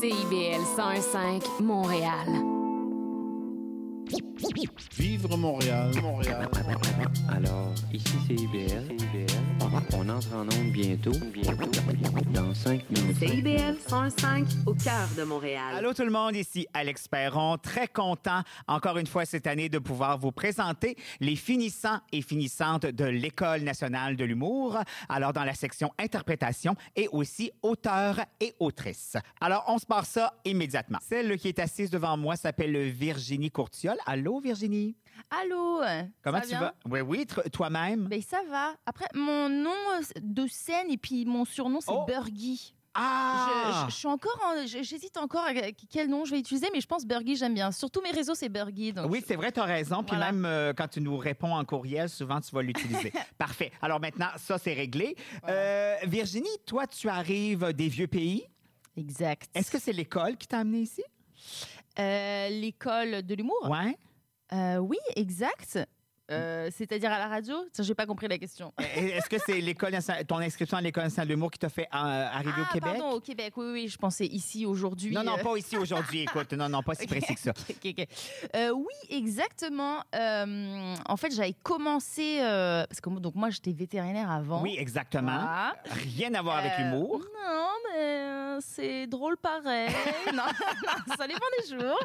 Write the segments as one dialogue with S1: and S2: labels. S1: CIBL 101.5 Montréal.
S2: Vivre Montréal, Montréal, Montréal.
S3: Alors, ici c'est IBL. On entre en onde bientôt. Bientôt. Dans 5 minutes.
S4: CIBL 105 au cœur de Montréal.
S5: Allô tout le monde, ici Alex Perron. Très content, encore une fois cette année, de pouvoir vous présenter les finissants et finissantes de l'École nationale de l'humour. Alors, dans la section interprétation et aussi auteur et autrice. Alors, on se part ça immédiatement. Celle qui est assise devant moi s'appelle Virginie Courtiol. Allô, Virginie?
S6: Allô euh,
S5: Comment
S6: ça
S5: tu
S6: vient?
S5: vas? Oui, oui, tr- toi-même.
S6: Ben ça va. Après, mon nom euh, de scène et puis mon surnom, c'est
S5: Oh.
S6: Burgy.
S5: Ah!
S6: Je, je- je suis encore en- je- j'hésite encore à quel nom je vais utiliser, mais je pense Burgy, j'aime bien. Surtout mes réseaux, c'est Burgy. donc
S5: Oui, c'est vrai, tu as raison. Puis
S6: Voilà.
S5: même euh, quand tu nous réponds en courriel, souvent, tu vas l'utiliser. Parfait. Alors maintenant, ça, c'est réglé. Euh, Virginie, toi, tu arrives des vieux pays.
S6: Exact.
S5: Est-ce que c'est l'école qui t'a amené ici?
S6: Euh, l'école de l'humour
S5: Ouais. Mm.
S6: Euh, Oui, exact. Euh, C'est-à-dire à la radio Tiens, J'ai pas compris la question.
S5: Euh, Est-ce que c'est l'école, nationale- ton inscription à l'école nationale de l'humour qui t'a fait euh, arriver
S6: ah,
S5: au Québec?
S6: pardon, au Québec. Oui, oui, je pensais ici aujourd'hui.
S5: Non, non,
S6: euh,
S5: pas ici aujourd'hui, écoute. Non, non, pas si
S6: Ok.
S5: précis que ça.
S6: Ok, ok, ok. Euh, oui, exactement. Euh, en fait, j'avais commencé euh, parce que moi- donc moi j'étais vétérinaire avant.
S5: Oui, exactement.
S6: Voilà.
S5: Rien à voir avec
S6: Euh,
S5: l'humour.
S6: Non, mais euh, c'est drôle pareil. non, non, ça dépend des jours.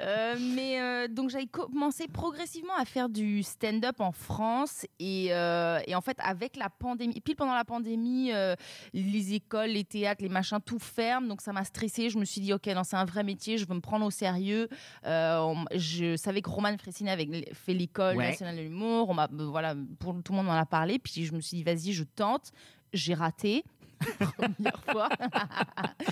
S6: Euh, mais euh, donc j'avais commencé progressivement à faire du stand-up en France et, euh, et en fait avec la pandémie, pile pendant la pandémie, euh, les écoles, les théâtres, les machins, tout ferme. Donc ça m'a stressée. Je me suis dit ok, non, c'est un vrai métier. Je veux me prendre au sérieux. Euh, on- je savais que Roman Fressinet avait fait l'école
S5: Ouais.
S6: nationale de l'humour. On m'a euh, voilà, pour tout le monde en a parlé. Puis je me suis dit vas-y, je tente. J'ai raté première fois. Après,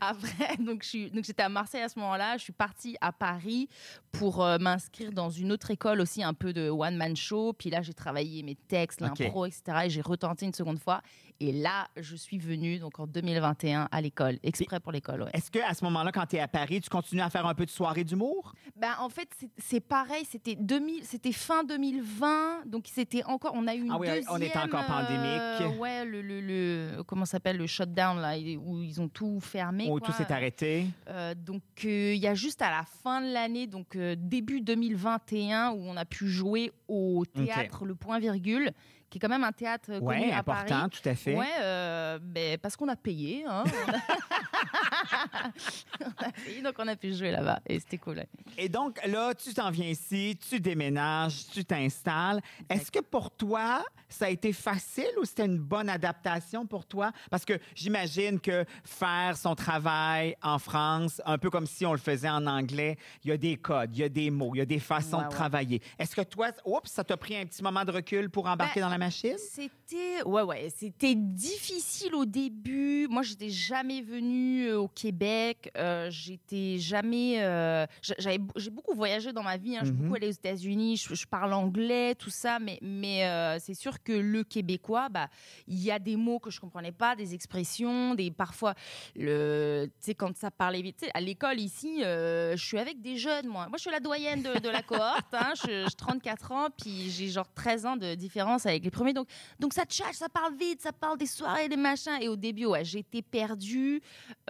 S6: Ah, donc je suis- donc j'étais à Marseille à ce moment-là. Je suis partie à Paris pour euh, m'inscrire dans une autre école aussi, un peu de one man show. Puis là, j'ai travaillé mes textes,
S5: Ok.
S6: l'impro, etc. Et j'ai retenté une seconde fois. Et là, je suis venue donc en 2021 à l'école, exprès pour l'école. Ouais.
S5: Est-ce qu'à ce moment-là, quand tu es à Paris, tu continues à faire un peu de soirée d'humour?
S6: Ben, en fait, c'est- c'est pareil. C'était 2000, c'était fin 2020, donc c'était encore. On a eu une
S5: Ah oui,
S6: deuxième.
S5: on était encore pandémique.
S6: euh, ouais, le, le, le- comment ça s'appelle le shutdown là, il- où ils ont tout fermé.
S5: Ou
S6: quoi.
S5: tout s'est arrêté?
S6: Euh, donc euh, il y a juste à la fin de l'année, donc euh, début 2021, où on a pu jouer au théâtre Le Point Virgule, qui est quand même un théâtre euh,
S5: Oui,
S6: connu à
S5: important,
S6: Paris.
S5: tout à fait.
S6: Ouais, euh, ben, parce qu'on a payé. hein. on a payé, donc on a pu jouer là-bas et c'était cool. ouais.
S5: Et donc, là, tu t'en viens ici, tu déménages, tu t'installes. Est-ce que pour toi, ça a été facile ou c'était une bonne adaptation pour toi? Parce que j'imagine que faire son travail en France, un peu comme si on le faisait en anglais, il y a des codes, il y a des mots, il y a des façons
S6: Ouais,
S5: de
S6: ouais.
S5: travailler. Est-ce que toi, oups, ça t'a pris un petit moment de recul pour embarquer
S6: Ben,
S5: dans la machine?
S6: C'était ouais ouais, c'était difficile au début. Moi, j'étais jamais venue euh, au Québec. Euh, j'étais jamais. euh, j'a- j'avais b- j'ai beaucoup voyagé dans ma vie. hein. Je suis
S5: Mhm.
S6: beaucoup allée aux États-Unis. Je, je parle anglais, tout ça. Mais mais euh, c'est sûr que le québécois, bah, il y a des mots que je comprenais pas, des expressions, des parfois le. Tu sais quand ça parlait vite. Tu sais, à l'école ici, euh, je suis avec des jeunes. Moi, moi, je suis la doyenne de, de la cohorte. hein. Je, je 34 ans, puis j'ai genre 13 ans de différence avec les premiers. Donc donc ça tchatche, ça parle vite, ça parle des soirées, des machins. Et au début, ouais, j'étais perdue.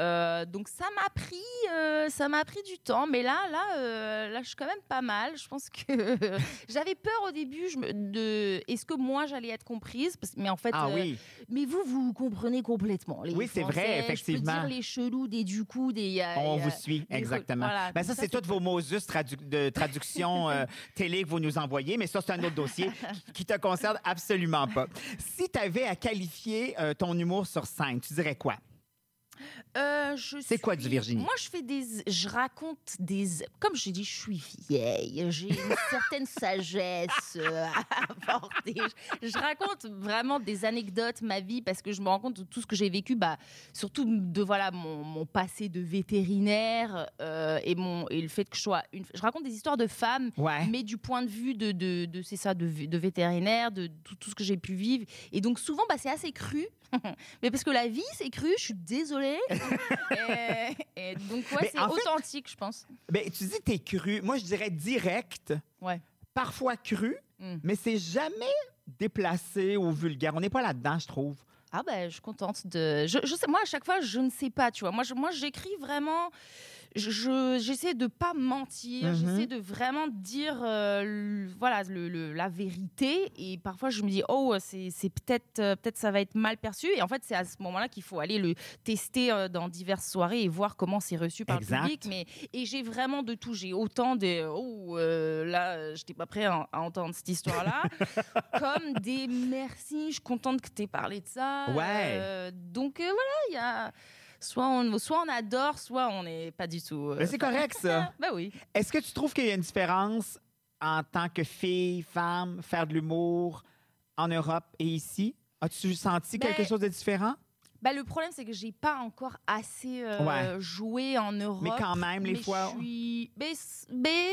S6: Euh, donc ça m'a pris, euh, ça m'a pris du temps. Mais là, là, euh, là, je suis quand même pas mal. Je pense que j'avais peur au début je me- de, est-ce que moi j'allais être comprise Parce- Mais en fait,
S5: Ah
S6: euh,
S5: oui.
S6: mais vous, vous comprenez complètement. Les
S5: Oui, c'est vrai,
S6: Français,
S5: effectivement.
S6: Je peux dire les chelous, des du coup, des. euh,
S5: On
S6: euh,
S5: vous suit,
S6: des-
S5: exactement.
S6: voilà.
S5: Ben
S6: Donc
S5: ça, c'est tous vos mots juste tradu- de traduction euh, télé que vous nous envoyez, mais ça, c'est un autre dossier qui- qui te concerne absolument pas. Si tu avais à qualifier euh, ton humour sur scène, tu dirais quoi?
S6: Euh, je
S5: C'est quoi
S6: suis-
S5: du Virginie?
S6: Moi, je fais des. Je raconte des. Comme je dis, je suis vieille. J'ai une certaine sagesse euh, à apporter. Je, je raconte vraiment des anecdotes, ma vie, parce que je me rends compte de tout ce que j'ai vécu, bah, surtout de voilà mon, mon passé de vétérinaire euh, et, mon, et le fait que je sois. Une, je raconte des histoires de femmes
S5: Ouais.
S6: mais du point de vue de, de, de- c'est ça, de, v- de vétérinaire, de tout, tout ce que j'ai pu vivre. Et donc souvent, bah, c'est assez cru. mais parce que la vie, c'est cru, je suis désolée. et, et donc,
S5: Mais
S6: ouais, c'est
S5: en fait-
S6: authentique, je pense.
S5: Ben, tu dis t'es cru. Moi, je dirais direct,
S6: Ouais.
S5: parfois cru,
S6: Mm.
S5: mais c'est jamais déplacé ou vulgaire. On n'est pas là-dedans, je trouve.
S6: Ah ben, je suis contente de. Je, je sais, moi à chaque fois, je ne sais pas, tu vois. Moi, je- moi, j'écris vraiment. je- je- J'essaie de pas mentir.
S5: Mhm.
S6: J'essaie de vraiment dire, euh, le- voilà, le- le- la vérité. Et parfois, je me dis, oh, c'est c'est peut-être, euh, peut-être, ça va être mal perçu. Et en fait, c'est à ce moment-là qu'il faut aller le tester euh, dans diverses soirées et voir comment c'est reçu par
S5: Exact.
S6: le public. Mais et j'ai vraiment de tout. J'ai autant de, oh, euh, là, je n'étais pas prêt à, à entendre cette histoire-là comme des merci, je suis contente que tu aies parlé de ça.
S5: Ouais.
S6: Euh, donc euh, voilà, il y a. Soit on, soit on adore, soit on n'est pas du tout. euh,
S5: Mais c'est correct, ça.
S6: Bah oui.
S5: Est-ce que tu trouves qu'il y a une différence en tant que fille, femme, faire de l'humour en Europe et ici? As-tu senti
S6: Ben,
S5: quelque chose de différent?
S6: Bah, le problème, c'est que j'ai pas encore assez euh, joué en Europe.
S5: Mais quand même, les
S6: Mais je
S5: fois.
S6: suis- mais c- mais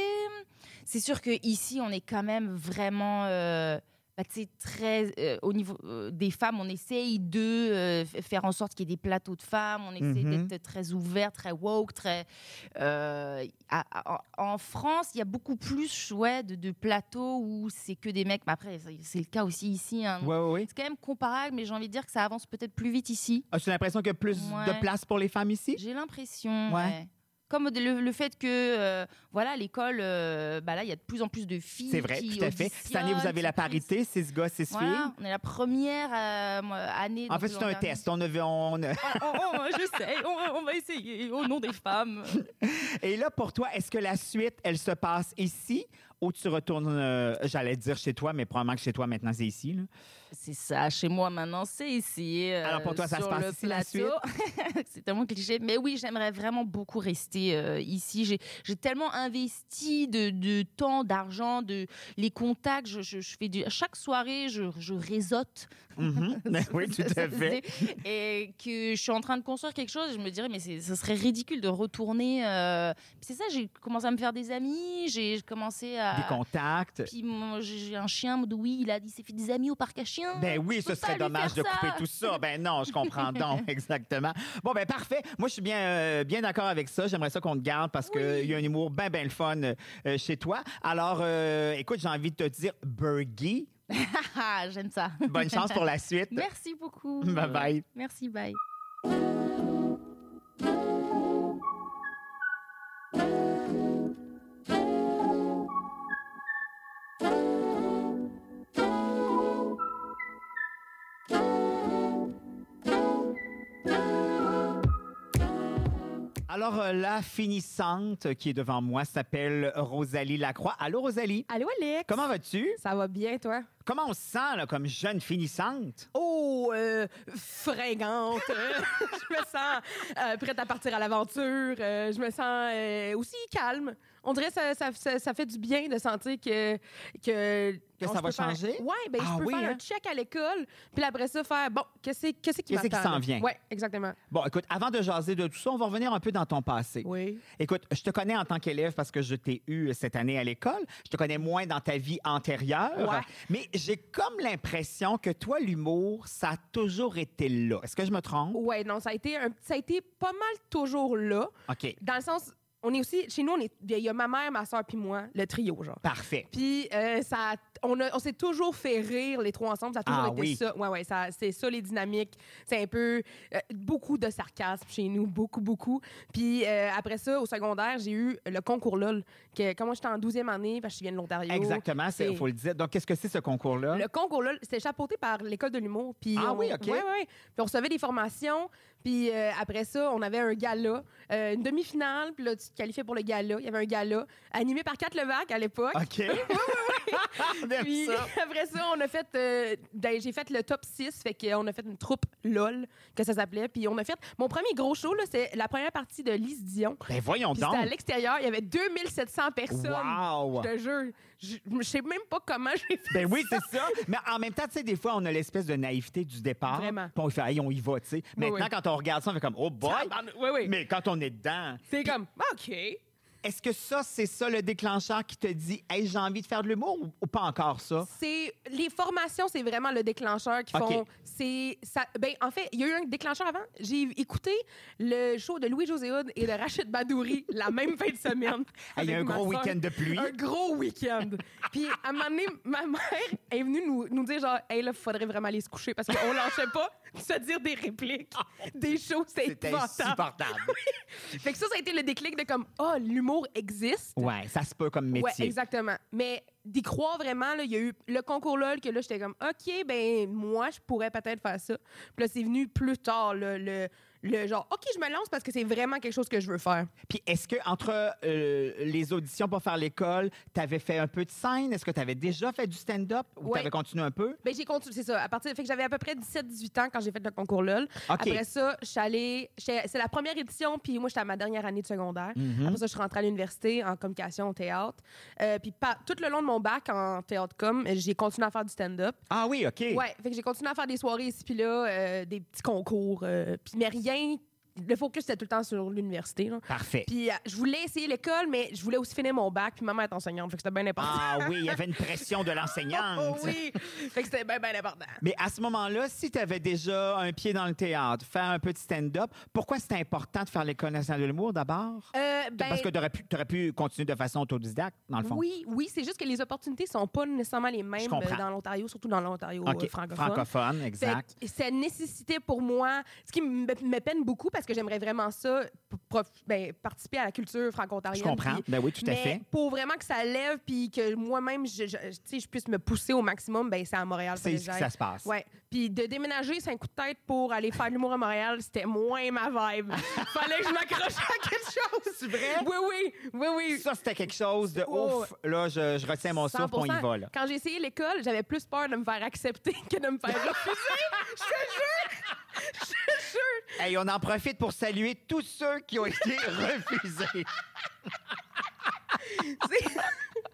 S6: c'est sûr que ici, on est quand même vraiment. euh, bah, tu sais, très euh, au niveau euh, des femmes, on essaye de euh, f- faire en sorte qu'il y ait des plateaux de femmes. On essaie
S5: Mhm.
S6: d'être très ouvert, très woke, très. euh, à- à- en en France, il y a beaucoup plus ouais, de, de plateaux où c'est que des mecs. Mais après, c'est- c'est le cas aussi ici. hein.
S5: Oui, oui, oui.
S6: C'est quand même comparable, mais j'ai envie de dire que ça avance peut-être plus vite ici.
S5: As-tu l'impression qu'il y a plus de
S6: Ouais.
S5: place pour les femmes ici?
S6: J'ai l'impression.
S5: Ouais.
S6: ouais. Comme de- le, le fait que, euh, voilà, l'école, euh, bah là, il y a de plus en plus de filles.
S5: C'est vrai,
S6: qui
S5: tout à fait. Cette année, vous
S6: auditionnent,
S5: avez la
S6: qui pris-
S5: parité, six gars, six filles.
S6: Voilà, on est la première euh, moi, année.
S5: En
S6: donc
S5: fait,
S6: l'an
S5: c'est un
S6: dernier.
S5: test. On a vu- on a-
S6: Ah, on- on- je sais, on, on va essayer au nom des femmes.
S5: Et là, pour toi, est-ce que la suite, elle se passe ici ou tu retournes, euh, j'allais dire chez toi, mais probablement que chez toi maintenant, c'est ici. là?
S6: C'est ça, chez moi maintenant, c'est ici. euh,
S5: Alors, pour toi, ça
S6: sur
S5: se passe
S6: le
S5: ici, la
S6: plateau. c'est tellement cliché. Mais oui, j'aimerais vraiment beaucoup rester euh, ici. J'ai- J'ai tellement investi de, de temps, d'argent, de les contacts. Je, je- je fais du... Chaque soirée, je, je réseaute.
S5: Mhm. Ben oui, tout à fait.
S6: Et que je suis en train de construire quelque chose, je me dirais, mais c'est- ce serait ridicule de retourner. euh. Puis C'est ça, j'ai commencé à me faire des amis, j'ai commencé à.
S5: Des contacts.
S6: Puis mon- j'ai j'ai un chien, Moudoui, il a dit s'est fait des amis au parc à chiens.
S5: Ben oui,
S6: Je
S5: ce
S6: peux
S5: serait
S6: pas lui
S5: dommage de
S6: faire
S5: couper
S6: ça.
S5: tout ça. Ben non, je comprends donc, exactement. Bon, ben parfait. Moi, je suis bien, euh, bien d'accord avec ça. J'aimerais ça qu'on te garde parce qu'il y a un humour bien, bien le fun euh, chez toi. Alors, euh, écoute, j'ai envie de te dire, Bergie,
S6: Ah, j'aime ça.
S5: bonne chance pour la suite.
S6: Merci beaucoup.
S5: Bye bye.
S6: Merci, bye.
S5: Alors, euh, la finissante qui est devant moi s'appelle Rosalie Lacroix. Allô, Rosalie?
S7: Allô, Alex?
S5: Comment vas-tu?
S7: Ça va bien, toi?
S5: Comment on se sent là, comme jeune finissante?
S7: Oh, euh, fringante! hein. je me sens euh, prête à partir à l'aventure. Euh, je me sens euh, aussi calme. On dirait que ça, ça, ça- ça fait du bien de sentir que... Que,
S5: Que
S7: on
S5: ça
S7: se
S5: va
S7: peut faire-
S5: changer?
S7: Ouais, ben,
S5: Ah
S7: je peux
S5: oui,
S7: faire
S5: hein?
S7: un check à l'école, puis après ça, faire, bon, qu'est-ce qu'est-ce qui
S5: Qu'est-ce qui
S7: m'attend,
S5: s'en
S7: là?
S5: vient?
S7: Ouais, exactement.
S5: Bon, écoute, avant de jaser de tout ça, on va revenir un peu dans ton passé.
S7: Oui.
S5: Écoute, je te connais en tant qu'élève parce que je t'ai eu euh, cette année à l'école. Je te connais moins dans ta vie antérieure.
S7: Ouais.
S5: Mais j'ai comme l'impression que toi, l'humour, ça a toujours été là. Est-ce que je me trompe?
S7: Ouais, non, ça a été, un, ça a été pas mal toujours là,
S5: OK.
S7: dans le sens... On est aussi, chez nous, on est, il y a ma mère, ma soeur puis moi, le trio, genre.
S5: Parfait.
S7: Puis euh, ça, on, a- on s'est toujours fait rire les trois ensemble. Ça a toujours
S5: Ah
S7: été
S5: oui.
S7: ça. Ouais, ouais, ça, c'est ça les dynamiques. C'est un peu euh, beaucoup de sarcasme chez nous, beaucoup, beaucoup. Puis euh, après ça, au secondaire, j'ai eu le concours LOL. Que, quand moi j'étais en 12e année, parce que je viens de l'Ontario.
S5: Exactement, il
S7: c'est-
S5: faut le dire. Donc, qu'est-ce que c'est ce concours-là?
S7: Le concours LOL, c'était chapeauté par l'école de l'humour. Puis
S5: Ah
S7: on-
S5: oui, OK.
S7: Ouais, ouais, ouais. Puis on recevait des formations. Puis euh, après ça, on avait un gala, euh, une demi-finale. Puis là, tu te qualifiais pour le gala. Il y avait un gala animé par Kat Levac à l'époque.
S5: OK. oui, oui, oui.
S7: Puis
S5: ça.
S7: après ça, on a fait. euh, ben, j'ai fait le top 6, fait qu'on a fait une troupe LOL, que ça s'appelait. Puis on a fait. Mon premier gros show, là, c'est la première partie de Lise Dion.
S5: Ben voyons
S7: Puis c'était à
S5: donc.
S7: l'extérieur, il y avait 2700 personnes.
S5: Wow!
S7: Je te jure, je je sais même pas comment j'ai fait.
S5: Ben oui, c'est ça. Mais en même temps, tu sais, des fois, on a l'espèce de naïveté du départ.
S7: Vraiment.
S5: Puis on fait, Hey, on y va, tu sais. Maintenant,
S7: oui.
S5: quand on regarde ça, on fait comme, oh boy.
S7: Ah, ben, oui, oui.
S5: Mais quand on est dedans,
S7: C'est comme, ah, OK.
S5: Est-ce que ça, c'est ça le déclencheur qui te dit, hey, j'ai envie de faire de l'humour ou, ou pas encore ça?
S7: C'est les formations, c'est vraiment le déclencheur qui
S5: OK.
S7: font. C'est ça. Ben en fait, il y a eu un déclencheur avant. J'ai écouté le show de Louis José Hood et de Rachid Badouri la même fin de semaine.
S5: Hey, Ah, Il y a un
S7: avec ma
S5: gros
S7: sœur.
S5: week-end de pluie.
S7: Un gros week-end. Puis à un moment donné, ma mère est venue nous, nous dire genre, hey là, faudrait vraiment aller se coucher parce qu'on lâchait pas de se dire des répliques, des choses, c'était
S5: Ah, C'était
S7: épouvantable.
S5: insupportable.
S7: Fait que ça, ça a été le déclic de comme, ah, l'humour existe.
S5: ouais, ça se peut comme métier.
S7: Ouais, exactement. Mais d'y croire vraiment, là, il y a eu le concours LOL que là, j'étais comme, OK, ben moi, je pourrais peut-être faire ça. Puis là, c'est venu plus tard, là, le, le genre, OK, je me lance parce que c'est vraiment quelque chose que je veux faire.
S5: Puis est-ce que entre euh, les auditions pour faire l'école, t'avais fait un peu de scène? Est-ce que t'avais déjà fait du stand-up ou
S7: Ouais.
S5: t'avais continué un peu?
S7: Ben j'ai continué, c'est ça. À partir, fait que j'avais à peu près 17-18 ans quand j'ai fait le concours LOL.
S5: OK.
S7: Après ça, je suis allée, j'étais- c'est la première édition, puis moi, j'étais à ma dernière année de secondaire.
S5: Mhm.
S7: Après ça, je suis rentrée à l'université en communication au théâtre. Euh, puis pa- tout le long de mon bac en théâtre com, j'ai continué à faire du stand-up.
S5: Ah oui, OK.
S7: Ouais, fait que j'ai continué à faire des soirées ici puis là, euh, des petits concours, euh, puis mais rien. Le focus c'était tout le temps sur l'université. là.
S5: Parfait.
S7: Puis euh, je voulais essayer l'école, mais je voulais aussi finir mon bac, puis maman est enseignante, fait que c'était bien important.
S5: Ah oui, il y avait une pression de
S7: Oh
S5: l'enseignante.
S7: oui, fait que c'était bien bien important.
S5: Mais à ce moment-là, si tu avais déjà un pied dans le théâtre, faire un peu de stand-up, pourquoi c'était important de faire l'École nationale de l'humour d'abord?
S7: Euh, ben,
S5: Parce que tu aurais, pu continuer de façon autodidacte, dans le fond.
S7: oui, oui, c'est juste que les opportunités sont pas nécessairement les
S5: Je
S7: mêmes
S5: comprends.
S7: euh, dans l'Ontario, surtout dans l'Ontario
S5: OK,
S7: euh, francophone.
S5: Francophone, exact.
S7: Fait que Ça nécessitait pour moi, ce qui me me peine beaucoup parce que j'aimerais vraiment ça, p- prof- ben, participer à la culture
S5: Je
S7: franco-ontarienne.
S5: comprends.
S7: puis
S5: Ben oui, tout à
S7: Mais
S5: fait.
S7: pour vraiment que ça lève puis que moi-même, je, je- tu sais, je puisse me pousser au maximum, ben c'est à Montréal.
S5: C'est ici
S7: que
S5: que
S7: j'aille.
S5: ça se passe.
S7: Ouais. Puis de déménager, c'est un coup de tête pour aller faire de l'humour à Montréal, c'était moins ma vibe. Fallait que je m'accroche à quelque chose.
S5: C'est vrai?
S7: Oui, oui, oui, oui.
S5: Ça, c'était quelque chose de
S7: Oh.
S5: ouf. Là, je, je retiens mon souffle, on y
S7: 100%.
S5: va. Là.
S7: Quand j'ai essayé l'école, j'avais plus peur de me faire accepter que de me faire refuser. Je te jure! Je te jure!
S5: Hey, on en profite pour saluer tous ceux qui ont été refusés.
S7: C'est-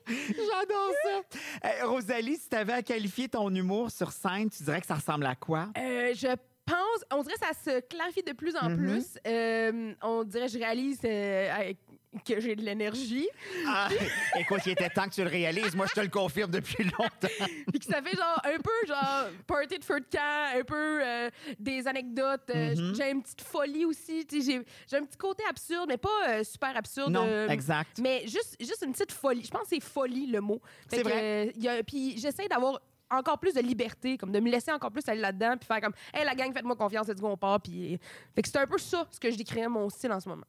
S5: J'adore ça. Hey, Rosalie, si tu avais à qualifier ton humour sur scène, tu dirais que ça ressemble à quoi?
S7: Euh, je pense, on dirait que ça se clarifie de plus
S5: Mm-hmm.
S7: en plus. Euh, on dirait que je réalise euh, avec- que j'ai de l'énergie.
S5: Ah,
S7: Euh.
S5: écoute, il était temps que tu le réalises. Moi, je te le confirme depuis longtemps.
S7: Puis que ça fait genre un peu genre party de feu de camp, un peu euh, des anecdotes. Euh,
S5: Mm-hmm.
S7: J'ai une petite folie aussi. tu sais, J'ai j'ai un petit côté absurde, mais pas euh, super absurde.
S5: Non,
S7: euh,
S5: exact.
S7: Mais juste, juste une petite folie. Je pense que c'est folie le mot. Fait
S5: C'est
S7: que,
S5: vrai.
S7: euh, il y a- Puis j'essaie d'avoir encore plus de liberté, comme de me laisser encore plus aller là-dedans, puis faire comme, hey la gang, faites-moi confiance, let's go, on part. Puis... euh, Fait que c'est un peu ça, ce que je décrirais mon style en ce moment.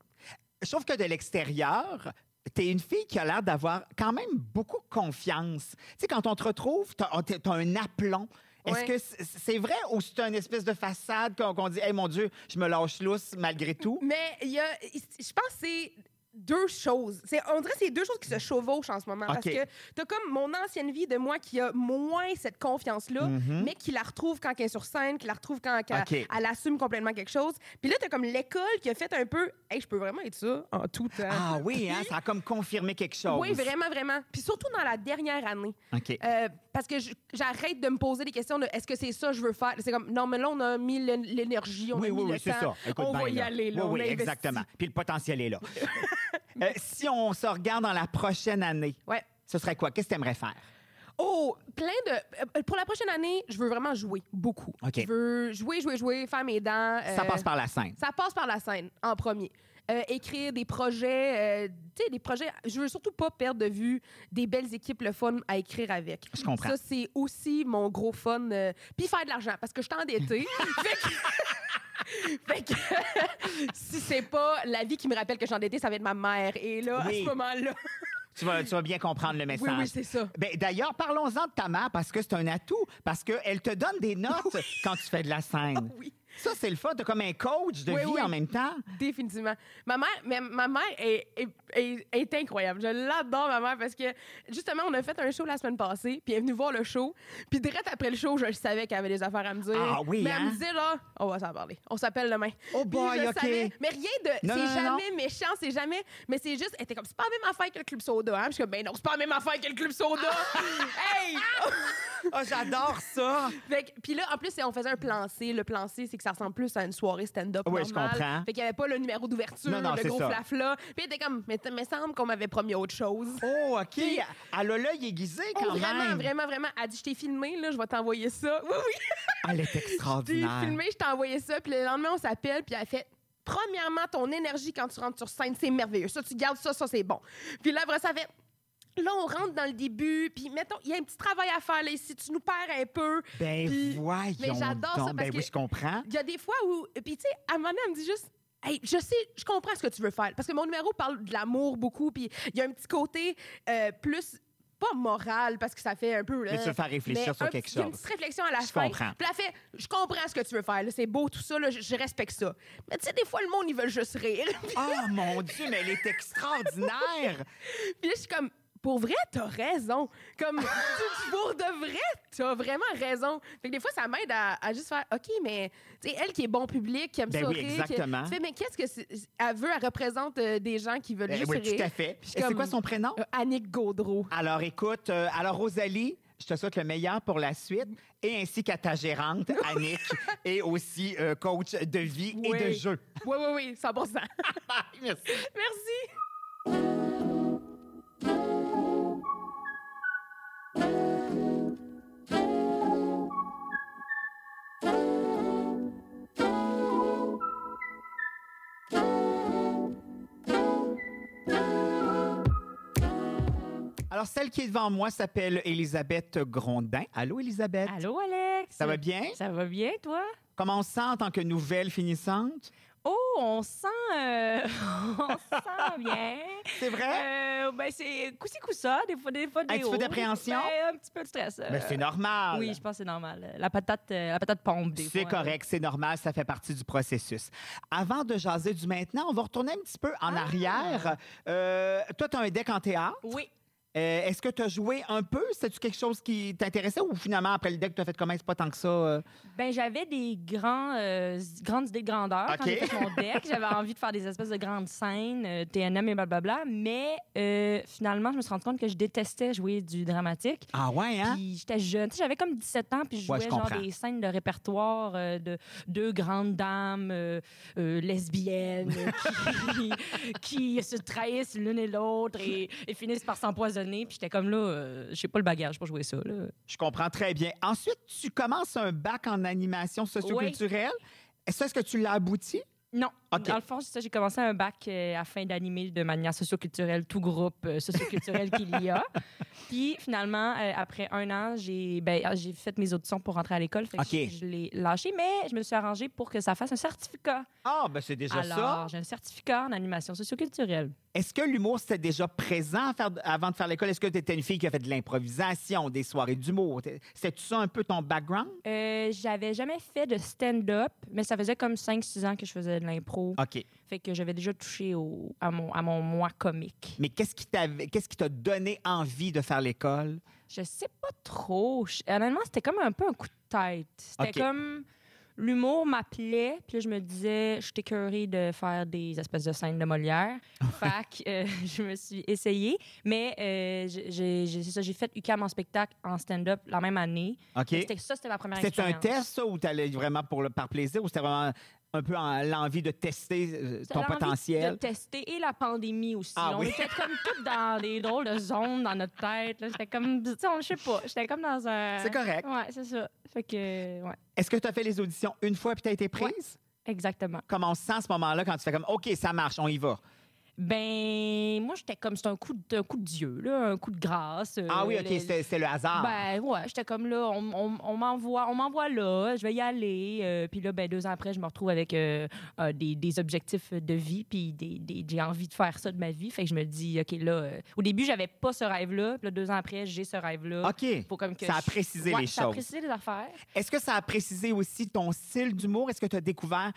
S5: Je trouve que de l'extérieur, t'es une fille qui a l'air d'avoir quand même beaucoup confiance. Tu sais, quand on te retrouve, t'as on- t'as- t'as un aplomb. Est-ce
S7: Ouais.
S5: que c- c'est vrai ou c'est une espèce de façade qu'on qu'on dit, hey mon Dieu, je me lâche lousse malgré tout?
S7: Mais il y a, je pense que c'est deux choses. C'est, on dirait que c'est deux choses qui se chevauchent en ce moment.
S5: OK.
S7: Parce que t'as comme mon ancienne vie de moi qui a moins cette confiance-là, mais qui la retrouve quand elle est sur scène, qui la retrouve quand qu'elle-
S5: Mhm. OK.
S7: elle assume complètement quelque chose. Puis là, t'as comme l'école qui a fait un peu « Hey, je peux vraiment être ça en tout temps.
S5: Ah oui, hein, ça a comme confirmé quelque chose.
S7: Oui, vraiment, vraiment. Puis surtout dans la dernière année.
S5: OK.
S7: Euh, parce que je- j'arrête de me poser des questions de est-ce que c'est ça que je veux faire? C'est comme non, mais là, on a mis l'é- l'énergie, on
S5: oui,
S7: a mis
S5: oui,
S7: le
S5: oui, c'est
S7: temps,
S5: ça. Écoute
S7: on
S5: bien,
S7: va y
S5: là.
S7: aller. Là,
S5: oui,
S7: on
S5: oui,
S7: a investi.
S5: exactement. Puis le potentiel est là. Euh, si on se regarde dans la prochaine année,
S7: Ouais.
S5: ce serait quoi? Qu'est-ce que tu aimerais faire?
S7: Oh, plein de. euh, Pour la prochaine année, je veux vraiment jouer beaucoup.
S5: OK.
S7: Je veux jouer, jouer, jouer, faire mes dents.
S5: Ça
S7: euh,
S5: passe par la scène.
S7: Ça passe par la scène en premier. Euh, écrire des projets, euh, tu sais, des projets. Je veux surtout pas perdre de vue des belles équipes, le fun à écrire avec.
S5: Je comprends.
S7: Ça, c'est aussi mon gros fun. euh, Puis faire de l'argent, parce que je suis endettée. fait que, fait que si c'est pas la vie qui me rappelle que je suis endettée, ça va être ma mère. Et là,
S5: Oui.
S7: à ce moment-là.
S5: Tu vas, tu vas bien comprendre le
S7: oui,
S5: message.
S7: oui, c'est ça.
S5: Ben, D'ailleurs, parlons-en de ta mère parce que c'est un atout, parce qu'elle te donne des notes quand tu fais de la scène.
S7: Oui.
S5: Ça, c'est le fun. T'as comme un coach de
S7: Oui,
S5: vie
S7: oui.
S5: en même temps.
S7: Définitivement. Ma mère, mais ma mère est, est- est- est incroyable. Je l'adore, ma mère, parce que justement, on a fait un show la semaine passée, puis elle est venue voir le show. Puis direct après le show, je savais qu'elle avait des affaires à me dire.
S5: Ah oui,
S7: Mais elle
S5: hein?
S7: me disait, là, on va s'en parler. On s'appelle demain.
S5: Oh
S7: Puis
S5: boy,
S7: je
S5: OK.
S7: savais- mais rien de.
S5: Non, non,
S7: c'est
S5: non,
S7: jamais méchant, c'est jamais. Mais c'est juste, elle était comme, c'est pas la même affaire que le Club Soda. Hein? Puis Je suis comme, ben non, c'est pas la même affaire que le Club Soda. hey!
S5: Ah, j'adore ça!
S7: Fait que- Puis là, en plus, on faisait un plan C. Le plan C, c'est que ça ressemble plus à une soirée stand-up.
S5: Oui,
S7: Oui,
S5: je comprends.
S7: Fait qu'il n'y avait pas le numéro d'ouverture,
S5: Non, non,
S7: le
S5: c'est
S7: gros
S5: ça.
S7: flafla. Puis il était comme, mais il me semble qu'on m'avait promis autre chose.
S5: Oh, OK. Elle a l'œil aiguisé
S7: Oh,
S5: quand
S7: vraiment,
S5: même.
S7: vraiment, vraiment. Elle dit, je t'ai filmé, là, je vais t'envoyer ça. Oui, oui.
S5: Elle est
S7: Je t'ai
S5: extraordinaire.
S7: filmé, je t'ai envoyé ça. Puis le lendemain, on s'appelle, puis elle fait. Premièrement, ton énergie quand tu rentres sur scène, c'est merveilleux. Ça, tu gardes ça, ça, c'est bon. Puis là, après, ça fait. Là, on rentre dans le début, puis mettons, il y a un petit travail à faire, là, ici. Tu nous perds un peu.
S5: Ben
S7: Puis-
S5: voyons
S7: mais j'adore ça
S5: donc.
S7: parce
S5: ben oui,
S7: que-
S5: je comprends.
S7: Il y a des fois où. Puis, tu sais, à un moment donné, elle me dit juste. Hey, je sais, je comprends ce que tu veux faire. Parce que mon numéro parle de l'amour beaucoup, puis il y a un petit côté euh, plus. Pas moral, parce que ça fait un peu.
S5: Mais tu veux faire réfléchir
S7: mais
S5: sur
S7: un
S5: quelque
S7: petit- il y a Une
S5: chose.
S7: petite réflexion à la
S5: Je
S7: fin.
S5: comprends.
S7: Puis elle fait Je comprends ce que tu veux faire, là, c'est beau, tout ça, là, je, je respecte ça. Mais tu sais, des fois, le monde, ils veulent juste rire.
S5: Oh mon Dieu, mais elle est extraordinaire!
S7: Puis là, je suis comme, pour vrai, t'as raison. Comme, tu- pour de vrai, t'as vraiment raison. Fait que des fois, ça m'aide à, à juste faire, OK, mais, tu sais, elle qui est bon public, qui aime
S5: Ben oui,
S7: sourire, qui-
S5: exactement.
S7: Tu fais, mais qu'est-ce que. c'est- Elle veut, elle représente euh, des gens qui veulent
S5: Ben
S7: juste
S5: oui,
S7: rire.
S5: tout à fait.
S7: Puis je
S5: Et C'est
S7: comme-
S5: quoi son prénom?
S7: Euh, Annick Gaudreau.
S5: Alors, écoute, euh, alors Rosalie, je te souhaite le meilleur pour la suite, et ainsi qu'à ta gérante, Annick, et aussi euh, coach de vie et de
S7: Oui.
S5: jeu.
S7: Oui, oui, oui, 100
S5: Merci.
S7: Merci.
S5: Alors, celle qui est devant moi s'appelle Elisabeth Grondin. Allô, Elisabeth?
S8: Allô, Alex?
S5: Ça va bien?
S8: Ça va bien, toi?
S5: Comment on se sent en tant que nouvelle finissante?
S8: Oh, on sent, euh, on sent bien.
S5: C'est vrai?
S8: Euh, ben, c'est coussi coussa, des fois des fois des
S5: Un petit peu
S8: hauts.
S5: d'appréhension?
S8: Ben, un petit peu de stress. euh.
S5: Mais c'est normal.
S8: Oui, je pense que c'est normal. La patate, euh, la patate pompe, des
S5: C'est
S8: fois.
S5: correct, c'est normal, ça fait partie du processus. Avant de jaser du maintenant, on va retourner un petit peu en
S8: Ah!
S5: arrière. Euh, toi, tu as un deck en théâtre.
S8: Oui.
S5: Euh, Est-ce que tu as joué un peu? C'était-tu quelque chose qui t'intéressait ou finalement, après le deck, tu as fait comment? C'est pas tant que ça. euh?
S8: Ben, j'avais des grands, euh, grandes idées de grandeur quand
S5: OK.
S8: j'ai fait mon deck. J'avais envie de faire des espèces de grandes scènes, euh, TNM et blablabla. Mais euh, finalement, je me suis rendu compte que je détestais jouer du dramatique.
S5: Ah ouais, hein?
S8: Puis j'étais jeune. Tu sais, j'avais comme 17 ans, puis je jouais
S5: Ouais, je
S8: genre
S5: comprends.
S8: des scènes de répertoire euh, de deux grandes dames euh, euh, lesbiennes euh, qui, qui se trahissent l'une et l'autre et, et finissent par s'empoisonner. Puis j'étais comme là, euh, j'ai pas le bagage pour jouer ça. Là.
S5: Je comprends très bien. Ensuite, tu commences un bac en animation socioculturelle. Est-ce est-ce que tu l'as abouti?
S8: Non.
S5: OK.
S8: Dans le fond, c'est ça, j'ai commencé un bac euh, afin d'animer de manière socioculturelle tout groupe euh, socioculturel qu'il y a. Puis finalement, euh, après un an, j'ai ben, ah, j'ai fait mes auditions pour rentrer à l'école. Fait que
S5: OK.
S8: je, je l'ai lâché, mais je me suis arrangée pour que ça fasse un certificat.
S5: Ah, ben c'est déjà ça.
S8: Alors, j'ai un certificat en animation socioculturelle.
S5: Est-ce que l'humour, c'était déjà présent à faire- avant de faire l'école? Est-ce que tu étais une fille qui a fait de l'improvisation, des soirées d'humour? T'es- C'était-tu ça un peu ton background?
S8: Euh, J'avais jamais fait de stand-up, mais ça faisait comme 5-6 ans que je faisais de l'impro.
S5: OK.
S8: Fait que j'avais déjà touché au, à, mon, à mon moi comique.
S5: Mais qu'est-ce qui t'avait- qu'est-ce qui t'a donné envie de faire l'école?
S8: Je sais pas trop. Je- Honnêtement, c'était comme un peu un coup de tête. C'était
S5: OK.
S8: comme l'humour m'appelait, puis là, je me disais, je suis écœurée de faire des espèces de scènes de Molière. fait que euh, je me suis essayée, mais euh, j'ai- j'ai j'ai- c'est ça, j'ai fait UCAM en spectacle, en stand-up la même année.
S5: OK.
S8: C'était ça, c'était ma première
S5: C'était
S8: expérience.
S5: un test, ça, ou t'allais vraiment pour le, par plaisir, ou c'était vraiment un peu en- l'envie de tester euh,
S8: C'était
S5: ton
S8: l'envie
S5: potentiel?
S8: De tester et la pandémie aussi.
S5: Ah
S8: on
S5: oui.
S8: était comme toutes dans des drôles de zones dans notre tête. là. C'était comme, tu sais, on- je sais pas, j'étais comme dans un.
S5: C'est correct.
S8: Ouais, c'est ça. Fait que, ouais.
S5: Est-ce que tu as fait les auditions une fois puis tu as été prise?
S8: Exactement.
S5: Comment on se sent à ce moment-là quand tu fais comme OK, ça marche, on y va?
S8: Ben, moi, j'étais comme, c'est un coup, de, un coup de Dieu, là, un coup de grâce. euh,
S5: ah oui,
S8: le-
S5: OK, c'était c'était le hasard.
S8: Ben, ouais, j'étais comme là, on, on- on m'envoie, on m'envoie là, je vais y aller. euh, puis là, ben, deux ans après, je me retrouve avec euh, euh, des, des objectifs de vie, puis des, des- j'ai envie de faire ça de ma vie. Fait que je me dis, OK, là, euh, au début, j'avais pas ce rêve-là, puis là, deux ans après, j'ai ce rêve-là.
S5: OK.
S8: Faut comme que
S5: Ça a
S8: je-
S5: précisé
S8: Ouais,
S5: les
S8: Ça a
S5: choses.
S8: précisé les affaires.
S5: Est-ce que ça a précisé aussi ton style d'humour? Est-ce que tu as découvert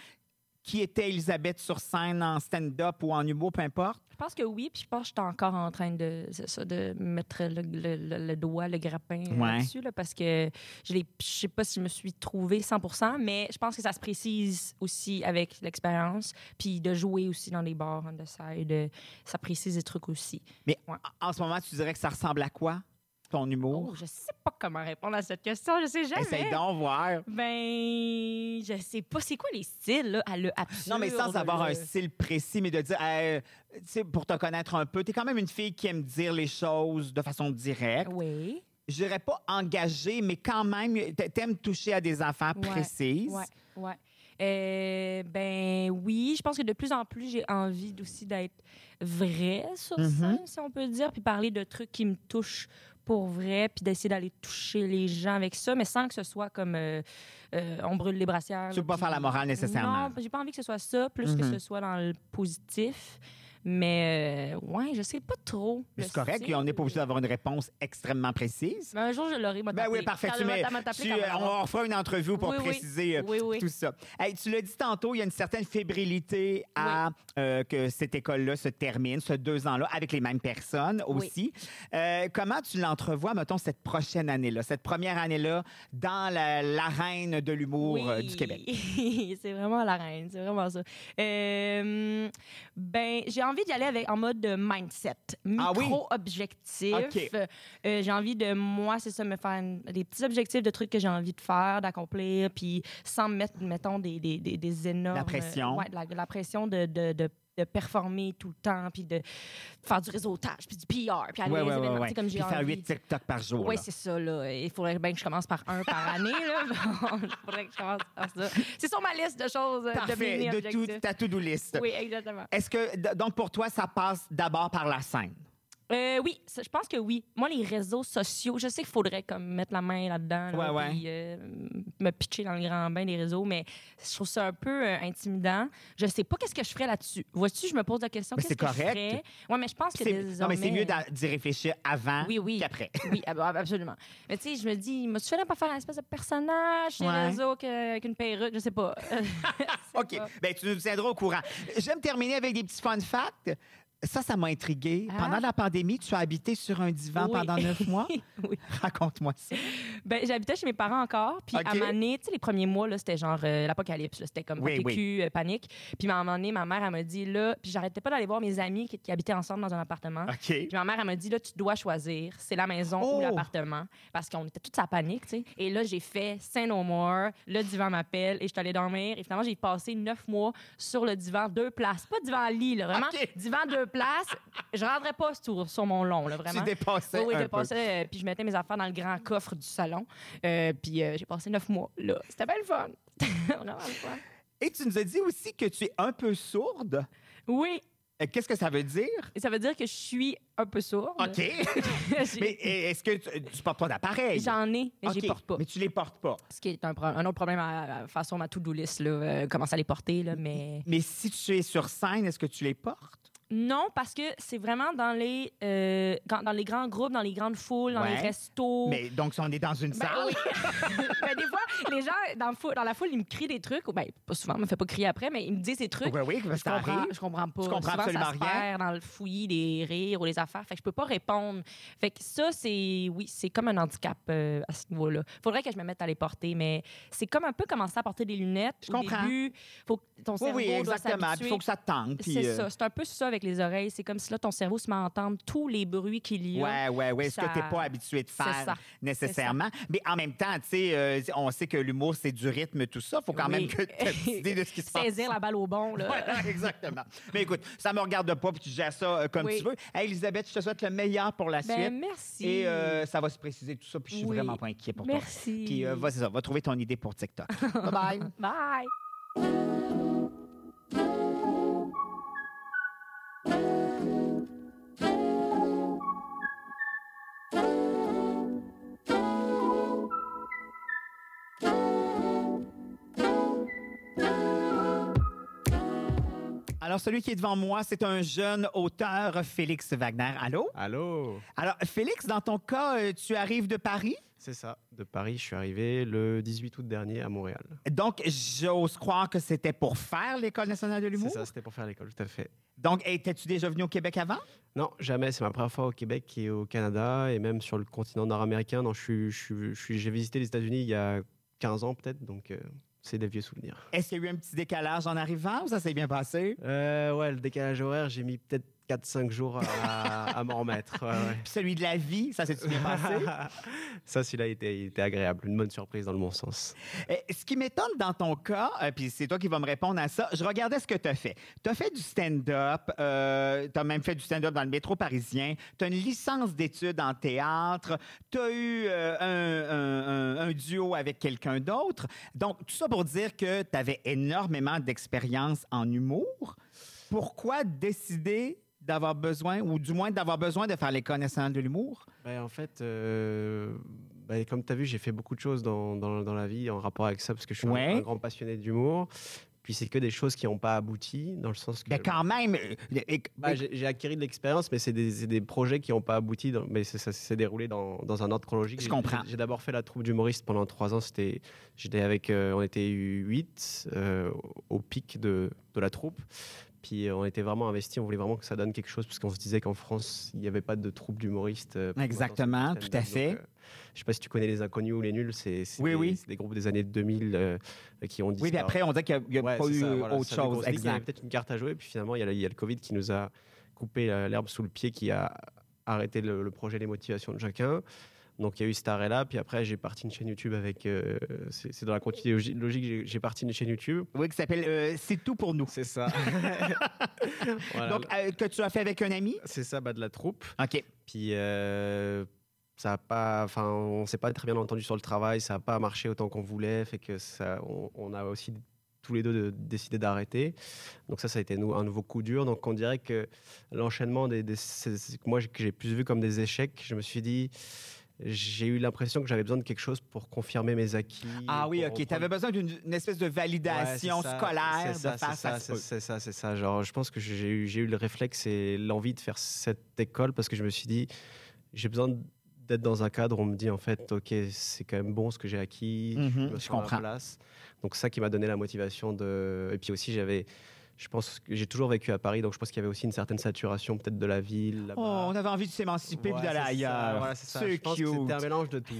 S5: qui était Elisabeth sur scène en stand-up ou en humour, peu importe?
S8: Je pense que oui, puis je pense que j'étais encore en train de, c'est ça, de mettre le, le- le- le doigt, le grappin euh,
S5: Ouais.
S8: là-dessus, là, parce que je ne sais pas si je me suis trouvée 100 mais je pense que ça se précise aussi avec l'expérience, puis de jouer aussi dans les bars, on the side, euh, ça précise des trucs aussi.
S5: Mais en- en ce moment, tu dirais que ça ressemble à quoi? ton humour?
S8: Oh, je sais pas comment répondre à cette question, je sais jamais.
S5: Essaye d'en voir.
S8: Ben, je sais pas. C'est quoi les styles, là, à le absurde?
S5: Non, mais sans avoir
S8: là?
S5: un style précis, mais de dire, Hey, tu sais, pour te connaître un peu, t'es quand même une fille qui aime dire les choses de façon directe.
S8: Oui.
S5: Je dirais pas engagée, mais quand même, t'a- t'aimes toucher à des affaires
S8: Ouais,
S5: précises.
S8: Ouais, ouais. Euh, ben oui, je pense que de plus en plus, j'ai envie aussi d'être vraie sur
S5: Mhm.
S8: scène, si on peut dire, puis parler de trucs qui me touchent pour vrai, puis d'essayer d'aller toucher les gens avec ça, mais sans que ce soit comme euh, euh, on brûle les brassières.
S5: Tu veux
S8: là,
S5: pas
S8: puis-
S5: faire la morale nécessairement.
S8: Non, j'ai pas envie que ce soit ça, plus que
S5: Mhm.
S8: ce soit dans le positif. Mais euh, ouais, je sais pas trop.
S5: Mais
S8: le
S5: C'est correct,
S8: style.
S5: on n'est pas obligé d'avoir une réponse extrêmement précise.
S8: Mais un jour, je l'aurai. m'a
S5: Ben oui,
S8: tapé.
S5: parfait.
S8: Quand
S5: Tu
S8: le
S5: mets-
S8: matin m'a tapé,
S5: tu,
S8: quand
S5: euh,
S8: même.
S5: on refera une entrevue pour
S8: Oui, oui.
S5: préciser euh,
S8: Oui, oui.
S5: tout ça. Hey, tu l'as dit tantôt, il y a une certaine fébrilité à euh, que cette école-là se termine, ce deux ans-là, avec les mêmes personnes
S8: Oui.
S5: aussi. Euh, comment tu l'entrevois, mettons, cette prochaine année-là, cette première année-là, dans la- l'arène de l'humour euh, du Québec?
S8: Oui, c'est vraiment la reine, c'est vraiment ça. Euh, ben, j'ai envie d'y aller avec, en mode de mindset,
S5: Ah oui?
S8: micro-objectif.
S5: OK.
S8: Euh, j'ai envie de, moi, c'est ça, me faire une- des petits objectifs de trucs que j'ai envie de faire, d'accomplir, puis sans me mettre, mettons, des, des, des, des énormes...
S5: La pression.
S8: Ouais, de la, de la pression de... de, de de performer tout le temps, puis de faire du réseautage, puis du PR, puis aller
S5: Ouais,
S8: aux
S5: ouais,
S8: événements,
S5: ouais,
S8: tu
S5: ouais.
S8: sais, comme
S5: Puis
S8: j'ai envie.
S5: faire huit TikTok par jour.
S8: Oui,
S5: là.
S8: c'est ça. Là. Il faudrait bien que je commence par un par année. Là. Bon, il faudrait que je commence par ça. C'est sur ma liste de choses euh, de
S5: Parfait,
S8: mini
S5: de tout,
S8: objectifs.
S5: ta to-do list.
S8: Oui, exactement.
S5: Est-ce que, d- donc, pour toi, ça passe d'abord par la scène?
S8: Euh, oui, ça- je pense que oui. Moi, les réseaux sociaux, je sais qu'il faudrait comme mettre la main là-dedans, là,
S5: Ouais, ouais.
S8: puis euh, me pitcher dans le grand bain des réseaux, mais je trouve ça un peu euh, intimidant. Je sais pas qu'est-ce que je ferais là-dessus. Vois-tu, je me pose la question,
S5: Mais
S8: qu'est-ce
S5: c'est
S8: que
S5: correct.
S8: je ferais? Oui, mais je pense que
S5: C'est- Non, mais c'est
S8: désormais-
S5: mieux d'a- d'y réfléchir avant
S8: Oui, oui.
S5: qu'après.
S8: Oui, ah bah, absolument. Mais tu sais, je me dis, m'as-tu fait là pour faire un espèce de personnage, sur
S5: Ouais.
S8: les réseaux que- qu'une perruque, je sais pas.
S5: OK.
S8: pas.
S5: Ben, tu nous tiendras au courant. J'aime terminer avec des petits fun facts. Ça, ça m'a intrigué.
S8: Ah.
S5: Pendant la pandémie, tu as habité sur un divan
S8: Oui.
S5: pendant neuf mois.
S8: Oui.
S5: Raconte-moi ça.
S8: Ben, j'habitais chez mes parents encore, puis
S5: OK.
S8: à un moment donné, tu sais, les premiers mois, là, c'était genre euh, l'apocalypse, là, c'était comme
S5: Oui,
S8: PQ, euh, panique. Puis à un moment donné, ma mère, elle m'a dit, là, puis j'arrêtais pas d'aller voir mes amis qui, qui habitaient ensemble dans un appartement.
S5: OK.
S8: Puis ma mère, elle m'a dit, là, tu dois choisir, c'est la maison
S5: Oh!
S8: ou l'appartement, parce qu'on était toute sa panique, tu sais. Et là, j'ai fait Saint No More, le divan m'appelle, et je suis allée dormir. Et finalement, j'ai passé neuf mois sur le divan, deux places. Pas divan-lit, là, vraiment.
S5: OK.
S8: Divan, deux places. Je rentrais pas sur, sur mon long, là,
S5: Tu
S8: vraiment.
S5: dépassais
S8: Oui, oui,
S5: un
S8: je
S5: peu.
S8: passais, euh, puis je mettais mes affaires dans le grand coffre du salon. Euh, puis euh, j'ai passé neuf mois là. C'était bien le fun. Vraiment le fun.
S5: Et tu nous as dit aussi que tu es un peu sourde.
S8: Oui,
S5: Euh, Qu'est-ce que ça veut dire?
S8: et ça veut dire que je suis un peu sourde.
S5: OK.
S8: J'ai-
S5: mais euh, est-ce que tu, tu portes pas d'appareil?
S8: J'en ai, mais je
S5: OK.
S8: les porte pas.
S5: Mais tu les portes pas.
S8: Ce qui est un, pro- un autre problème à, à- façon ma to-do list, là, euh, commence à les porter, là, mais...
S5: Mais si tu es sur scène, est-ce que tu les portes?
S8: Non, parce que c'est vraiment dans les, euh, quand- dans les grands groupes, dans les grandes foules, dans
S5: Ouais.
S8: les restos.
S5: Mais donc, si on est dans une
S8: Ben
S5: salle.
S8: oui. Ben, des fois, les gens dans, le fou- dans la foule, ils me crient des trucs. ou Ben, pas souvent, on me fait pas crier après, mais ils me disent des trucs.
S5: oui, oui,
S8: Je
S5: ça
S8: comprends,
S5: arrive.
S8: je comprends pas.
S5: Tu comprends
S8: Souvent,
S5: absolument
S8: ça se
S5: rien.
S8: perd dans le fouillis des rires ou les affaires. Fait que je peux pas répondre. Fait que ça, c'est oui, c'est comme un handicap euh, à ce niveau-là. Faudrait que je me mette à les porter, mais c'est comme un peu commencer à porter des lunettes.
S5: Je
S8: Au
S5: comprends.
S8: début, faut que ton
S5: Oui,
S8: cerveau
S5: oui,
S8: doit
S5: exactement. Il
S8: s'habituer.
S5: faut que ça te tente. puis,
S8: C'est
S5: euh,
S8: ça. C'est un peu ça avec les oreilles. C'est comme si là, ton cerveau se met à entendre tous les bruits qu'il y a.
S5: Ouais, ouais, ouais. Ce
S8: ça-
S5: que t'es pas habitué de
S8: C'est
S5: faire
S8: ça.
S5: nécessairement. Mais en même temps, tu sais, euh, on sait que l'humour, c'est du rythme, tout ça. Faut quand
S8: Oui.
S5: même que tu aies une petite idée de ce qui se passe.
S8: Saisir la balle au bon, là.
S5: Ouais, exactement. Mais écoute, ça me regarde pas, puis tu gères ça euh, comme
S8: Oui.
S5: tu veux. Hey, Elisabeth, je te souhaite le meilleur pour la
S8: Ben,
S5: suite.
S8: merci.
S5: Et euh, ça va se préciser tout ça, puis je suis
S8: Oui.
S5: vraiment pas inquiet pour toi.
S8: merci.
S5: Puis euh, vas-y, ça, va trouver ton idée pour TikTok. bye bye.
S8: Bye.
S5: Alors, celui qui est devant moi, c'est un jeune auteur, Félix Wagner. Allô?
S9: Allô
S5: Alors, Félix, dans ton cas, euh, tu arrives de Paris?
S9: C'est ça, de Paris, je suis arrivé le 18 août dernier à Montréal.
S5: Donc, j'ose croire que c'était pour faire l'École nationale de
S9: C'est
S5: l'humour.
S9: ça, c'était pour faire l'école, tout à fait.
S5: Donc, étais-tu déjà venu au Québec avant?
S9: Non, jamais, c'est ma première fois au Québec et au Canada et même sur le continent nord-américain. Non, je suis- je suis- je suis- j'ai visité les États-Unis il y a 15 ans peut-être, donc euh, c'est des vieux souvenirs.
S5: Est-ce qu'il y a eu un petit décalage en arrivant ou ça s'est bien passé?
S9: Euh, ouais, le décalage horaire, j'ai mis peut-être 4-5 jours à, à m'en remettre. ouais, ouais.
S5: Puis celui de la vie, ça s'est bien passé.
S9: Ça, celui-là, il était, il était agréable. Une bonne surprise dans le bon sens.
S5: Euh, ce qui m'étonne dans ton cas, euh, puis c'est toi qui vas me répondre à ça, je regardais ce que tu as fait. Tu as fait du stand-up, euh, tu as même fait du stand-up dans le métro parisien, tu as une licence d'études en théâtre, tu as eu euh, un, un- un- un duo avec quelqu'un d'autre. Donc, tout ça pour dire que tu avais énormément d'expérience en humour. Pourquoi décider d'avoir besoin, ou du moins d'avoir besoin de faire l'École nationale de l'humour?
S9: Ben, en fait, euh, ben, comme tu as vu, j'ai fait beaucoup de choses dans, dans- dans la vie en rapport avec ça, parce que je suis un-
S5: Ouais.
S9: un, grand passionné d'humour. Puis c'est que des choses qui n'ont pas abouti, dans le sens que...
S5: Ben quand même, euh, euh,
S9: Bah, j'ai j'ai acquis de l'expérience, mais c'est des, c'est des projets qui n'ont pas abouti, dans- mais c'est- ça s'est déroulé dans, dans un ordre chronologique.
S5: Je
S9: J'ai-
S5: comprends.
S9: J'ai d'abord fait la troupe d'humoristes pendant trois ans. C'était, j'étais avec, euh, on était huit euh, au pic de, de la troupe. Puis euh, on était vraiment investis, on voulait vraiment que ça donne quelque chose, parce qu'on se disait qu'en France, il n'y avait pas de troupe d'humoristes. euh, pour
S5: Exactement,
S9: l'instant,
S5: tout à
S9: stand-up.
S5: fait.
S9: Donc, euh, je ne sais pas si tu connais les inconnus ou les nuls, c'est c'est
S5: Oui,
S9: des,
S5: oui.
S9: c'est des groupes des années 2000 euh, qui ont dit.
S5: oui, puis après, on dit qu'il n'y a,
S9: Ouais,
S5: pas
S9: c'est
S5: eu
S9: ça, voilà,
S5: autre
S9: ça, des
S5: chose.
S9: grosses ligues, Il y avait
S5: Exact.
S9: peut-être une carte à jouer, puis finalement, il y, a le- il y a le Covid qui nous a coupé euh, l'herbe sous le pied, qui a arrêté le, le projet, les motivations de chacun. Donc il y a eu cet arrêt-là, puis après, j'ai parti une chaîne YouTube avec. euh, c'est c'est dans la continuité logi- logique, j'ai- j'ai parti une chaîne YouTube.
S5: Oui, qui s'appelle euh, C'est tout pour nous.
S9: C'est ça. Voilà.
S5: Donc, euh, que tu as fait avec un ami?
S9: c'est ça, bah, de la troupe.
S5: OK.
S9: Puis euh, ça a pas, enfin, on s'est pas très bien entendu sur le travail, ça n'a pas marché autant qu'on voulait, fait que ça, on, on a aussi tous les deux de- décidé d'arrêter. Donc ça, ça a été nou- un nouveau coup dur. Donc on dirait que l'enchaînement des, des- c'est- c'est que moi j'ai- que j'ai plus vu comme des échecs, je me suis dit. J'ai eu l'impression que j'avais besoin de quelque chose pour confirmer mes acquis.
S5: Ah oui,
S9: pour
S5: OK. Tu
S9: reprendre-
S5: avais besoin d'une une espèce de validation
S9: Ouais, c'est ça,
S5: scolaire
S9: c'est ça,
S5: de faire ça.
S9: c'est ça.
S5: se
S9: C'est
S5: peut.
S9: c'est ça, c'est ça. Genre, je pense que j'ai eu, j'ai eu le réflexe et l'envie de faire cette école parce que je me suis dit, j'ai besoin d'être dans un cadre où on me dit, en fait, OK, c'est quand même bon ce que j'ai acquis,
S5: Mhm,
S9: me
S5: je
S9: sens à ma
S5: comprends.
S9: place. Donc, ça qui m'a donné la motivation de. Et puis aussi, j'avais. Je pense que j'ai toujours vécu à Paris, donc je pense qu'il y avait aussi une certaine saturation peut-être de la ville. là-bas.
S5: Oh, on avait envie de s'émanciper puis
S9: Ouais,
S5: d'aller
S9: c'est ça,
S5: ailleurs.
S9: voilà, c'est ça.
S5: C'est
S9: Je pense que c'était un
S5: cute.
S9: mélange de tout.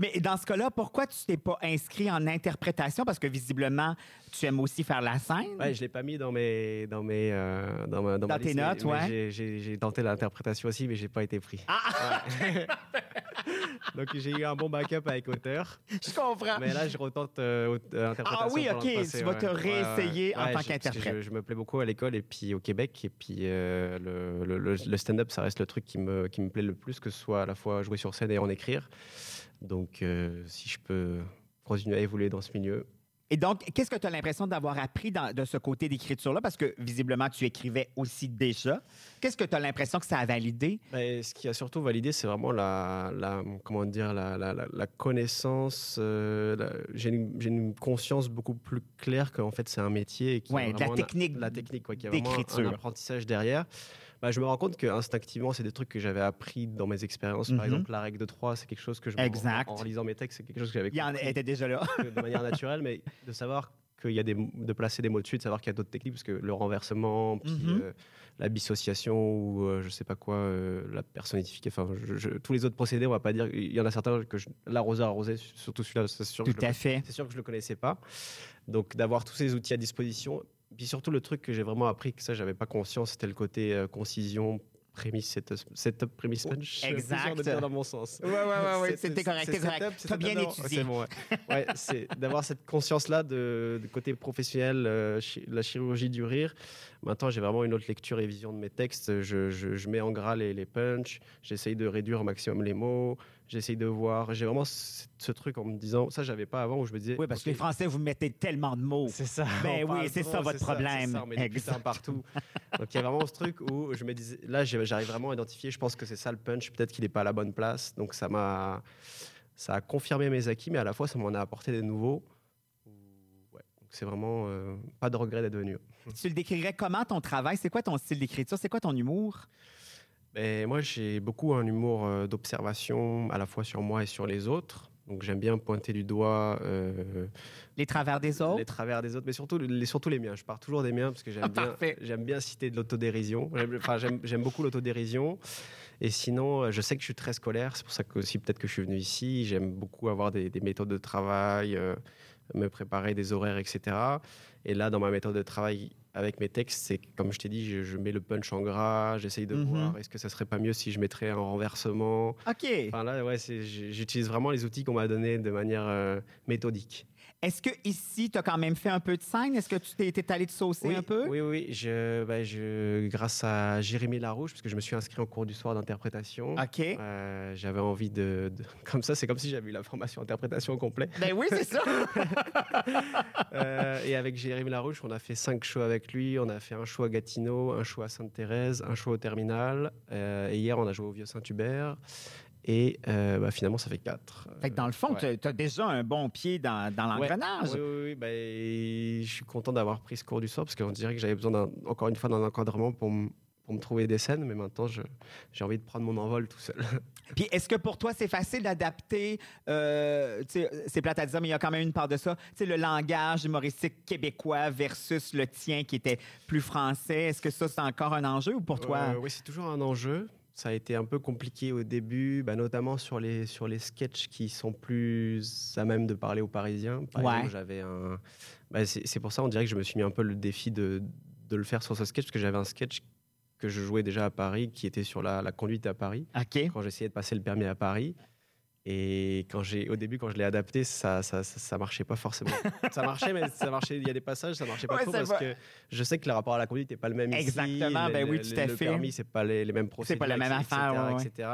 S5: Mais dans ce cas-là, pourquoi tu t'es pas inscrit en interprétation? Parce que visiblement, tu aimes aussi faire la scène.
S9: Ouais, je l'ai pas mis dans mes dans mes euh, dans, ma- dans ma
S5: Dans tes
S9: liste, mais-
S5: notes,
S9: mais
S5: ouais.
S9: j'ai- J'ai j'ai tenté l'interprétation aussi, mais j'ai pas été pris.
S5: Ah.
S9: Ouais. Donc j'ai eu un bon backup avec auteur,
S5: Je comprends.
S9: mais là je retente euh, aute- euh, interprétation.
S5: Ah oui,
S9: pour l'an
S5: ok, tu
S9: passé,
S5: vas te
S9: ouais. Ouais, ouais,
S5: réessayer en
S9: ouais,
S5: tant
S9: je- parce que
S5: qu'interprète.
S9: Je, je me plais beaucoup à l'école et puis au Québec et puis euh, le, le- le- le stand-up ça reste le truc qui me qui me plaît le plus que ce soit à la fois jouer sur scène et en écrire. Donc euh, si je peux continuer à évoluer dans ce milieu.
S5: Et donc, qu'est-ce que tu as l'impression d'avoir appris dans- de ce côté d'écriture-là? Parce que visiblement, tu écrivais aussi déjà. Qu'est-ce que tu as l'impression que ça a validé?
S9: Ben, ce qui a surtout validé, c'est vraiment la, la- comment dire, la, la- la- la connaissance. euh, la- j'ai, une, j'ai une conscience beaucoup plus claire qu'en fait, c'est un métier. Et qu'il y
S5: Ouais,
S9: a
S5: de la
S9: vraiment un-
S5: technique
S9: La technique, ouais, qu'il y a vraiment
S5: d'écriture.
S9: un apprentissage derrière. Ben, je me rends compte que instinctivement, c'est des trucs que j'avais appris dans mes expériences.
S5: Mhm.
S9: Par exemple, la règle de 3, c'est quelque chose que je.
S5: Exact.
S9: En, en lisant mes textes, c'est quelque chose que j'avais
S5: Il y en
S9: compris
S5: était déjà là.
S9: que de manière naturelle, mais de savoir qu'il y a des, de placer des mots dessus, de savoir qu'il y a d'autres techniques, parce que le renversement, puis
S5: Mhm.
S9: euh, la dissociation ou euh, je sais pas quoi, euh, la personnification, enfin je- je- tous les autres procédés, on va pas dire, il y en a certains que je- l'arroseur arrosé, surtout celui-là, c'est sûr, que
S5: Tout
S9: je le-
S5: à fait.
S9: c'est sûr que je le connaissais pas. Donc d'avoir tous ces outils à disposition, puis surtout le truc que j'ai vraiment appris que ça j'avais pas conscience, c'était le côté euh, concision, prémisse, setup, setup, prémisse punch. euh,
S5: Exact.
S9: plusieurs de bien dans mon sens.
S5: Oui, oui,
S9: C'est-
S5: C'était
S9: c'est-
S5: correct,
S9: c'est
S5: c'était
S9: setup,
S5: correct.
S9: c'est
S5: Tu as bien
S9: setup, non,
S5: étudié.
S9: C'est bon, ouais. Ouais, c'est d'avoir cette conscience-là de, de côté professionnel, euh, chi- la chirurgie du rire. Maintenant, j'ai vraiment une autre lecture et vision de mes textes. Je, je- je mets en gras les, les punchs, j'essaye de réduire au maximum les mots, j'essaye de voir. J'ai vraiment ce, ce truc en me disant, ça, j'avais pas avant, où je me disais.
S5: Oui, parce que
S9: ok,
S5: les Français, vous mettez tellement de mots.
S9: c'est ça.
S5: Ben
S9: on
S5: oui,
S9: parle
S5: c'est
S9: trop,
S5: ça votre
S9: Oh, c'est
S5: problème.
S9: c'est ça, on met des
S5: Exact.
S9: putains partout. Donc il y a vraiment ce truc où je me disais, là j'ai- j'arrive vraiment à identifier, je pense que c'est ça le punch, peut-être qu'il n'est pas à la bonne place. Donc ça m'a. Ça a confirmé mes acquis, mais à la fois ça m'en a apporté des nouveaux. Ouais. Donc c'est vraiment euh, pas de regret d'être venu.
S5: Tu le décrirais comment ton travail? C'est quoi ton style d'écriture? C'est quoi ton humour?
S9: Mais Ben, moi, j'ai beaucoup un humour euh, d'observation, à la fois sur moi et sur les autres. Donc j'aime bien pointer du doigt euh,
S5: Les travers des autres?
S9: les travers des autres, mais surtout les, surtout les miens. Je pars toujours des miens parce que j'aime bien,
S5: parfait.
S9: j'aime bien citer de l'autodérision. J'aime- Enfin, j'aime j'aime beaucoup l'autodérision. Et sinon, euh, je sais que je suis très scolaire. C'est pour ça que aussi peut-être que je suis venu ici. J'aime beaucoup avoir des, des méthodes de travail, euh, me préparer des horaires, etc. Et là, dans ma méthode de travail avec mes textes, c'est comme je t'ai dit, je, je mets le punch en gras, j'essaye de
S5: Mhm.
S9: voir est-ce que ça serait pas mieux si je mettrais un renversement.
S5: OK.
S9: Enfin là, ouais, c'est- j'- j'utilise vraiment les outils qu'on m'a donnés de manière euh, méthodique.
S5: Est-ce que ici, tu as quand même fait un peu de scène? Est-ce que tu t'es, t'es allé te saucer
S9: oui,
S5: un peu?
S9: Oui, oui, oui. Je, bah, je, grâce à Jérémy Larouche, parce que je me suis inscrit en cours du soir d'interprétation.
S5: OK.
S9: Euh, j'avais envie de, de- Comme ça, c'est comme si j'avais eu la formation interprétation au complet.
S5: Ben oui, c'est ça.
S9: Euh, et avec Jérémy Larouche, on a fait cinq shows avec lui. On a fait un show à Gatineau, un show à Sainte-Thérèse, un show au Terminal. Euh, et hier, on a joué au Vieux Saint-Hubert. Et euh, bah, finalement, ça fait quatre.
S5: Fait que dans le fond,
S9: Ouais.
S5: tu as déjà un bon pied dans, dans
S9: Ouais.
S5: l'engrenage.
S9: Oui, oui, oui. Ben, je suis content d'avoir pris ce cours du soir parce qu'on dirait que j'avais besoin, d'un- encore une fois, d'un encadrement pour me pour me trouver des scènes, mais maintenant je- j'ai envie de prendre mon envol tout seul.
S5: Puis est-ce que pour toi, c'est facile d'adapter, euh, tu sais, c'est plate à dire, mais il y a quand même une part de ça, tu sais, le langage humoristique québécois versus le tien qui était plus français. Est-ce que ça, c'est encore un enjeu ou pour toi?
S9: Euh, oui, c'est toujours un enjeu. Ça a été un peu compliqué au début, bah, notamment sur les, sur les sketchs qui sont plus à même de parler aux Parisiens. Par
S5: Ouais.
S9: exemple, j'avais un. bah, c'est c'est pour ça, on dirait que je me suis mis un peu le défi de, de le faire sur ce sketch, parce que j'avais un sketch que je jouais déjà à Paris, qui était sur la, la conduite à Paris,
S5: OK.
S9: quand j'essayais de passer le permis à Paris. Et quand j'ai, au début, quand je l'ai adapté, ça, ça, ça, ça marchait pas forcément. ça marchait, mais ça marchait. Il y a des passages, ça marchait pas
S5: Ouais,
S9: trop
S5: ça
S9: parce
S5: va.
S9: que je sais que le rapport à la conduite n'est pas le même ici.
S5: Exactement,
S9: Le-
S5: ben
S9: le-
S5: oui, tout
S9: le-
S5: à
S9: le
S5: fait.
S9: permis, c'est pas les, les mêmes procédures.
S5: C'est pas la même
S9: etc.,
S5: affaire, ouais, ouais.
S9: etc.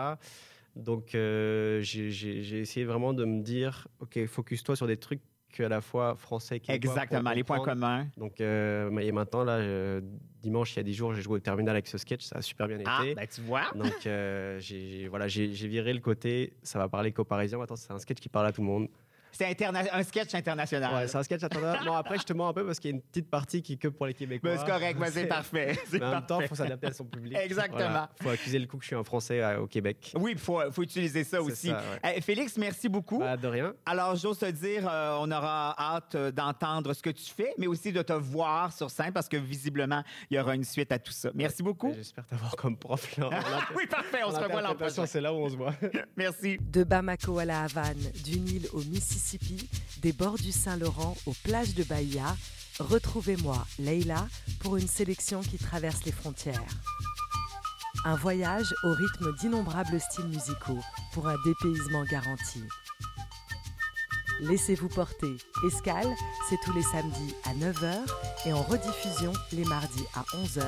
S9: Donc euh, j'ai- j'ai j'ai essayé vraiment de me dire, ok, focus-toi sur des trucs que à la fois français, québécois, pour
S5: Exactement, les points
S9: comprendre.
S5: communs.
S9: Donc euh, et maintenant là, euh, dimanche il y a 10 jours, j'ai joué au terminal avec ce sketch, ça a super bien
S5: Ah,
S9: été.
S5: ben tu vois.
S9: Donc euh, j'ai j'ai- voilà, j'ai j'ai viré le côté, ça va parler qu'aux Parisiens. Maintenant c'est un sketch qui parle à tout le monde.
S5: C'est interna- un sketch international.
S9: Ouais, c'est un sketch. Attends, non après je te mens un peu parce qu'il y a une petite partie qui est que pour les Québécois.
S5: Ben, c'est correct, ben, c'est
S9: C'est-
S5: parfait. C'est
S9: Mais en même temps,
S5: parfait.
S9: il faut s'adapter à son public.
S5: Exactement.
S9: Il faut accuser le coup que je suis un Français euh, au Québec.
S5: Oui, il faut, faut utiliser ça
S9: C'est
S5: aussi.
S9: ça, ouais.
S5: Eh, Félix, merci beaucoup.
S9: Bah, de rien.
S5: Alors, j'ose te dire, euh, on aura hâte euh, d'entendre ce que tu fais, mais aussi de te voir sur scène parce que visiblement, il y aura une suite à tout ça. Merci beaucoup.
S9: J'espère t'avoir comme prof. là.
S5: Ah, oui, parfait, on
S9: En
S5: se revoit l'an
S9: interprétation,
S5: prochain.
S9: C'est là où on se voit.
S5: Merci.
S10: De Bamako à la Havane, du Nil au Mississippi, des bords du Saint-Laurent aux plages de Bahia, retrouvez-moi, Leila, pour une sélection qui traverse les frontières. Un voyage au rythme d'innombrables styles musicaux pour un dépaysement garanti. Laissez-vous porter. Escale, c'est tous les samedis à 9h et en rediffusion les mardis à 11h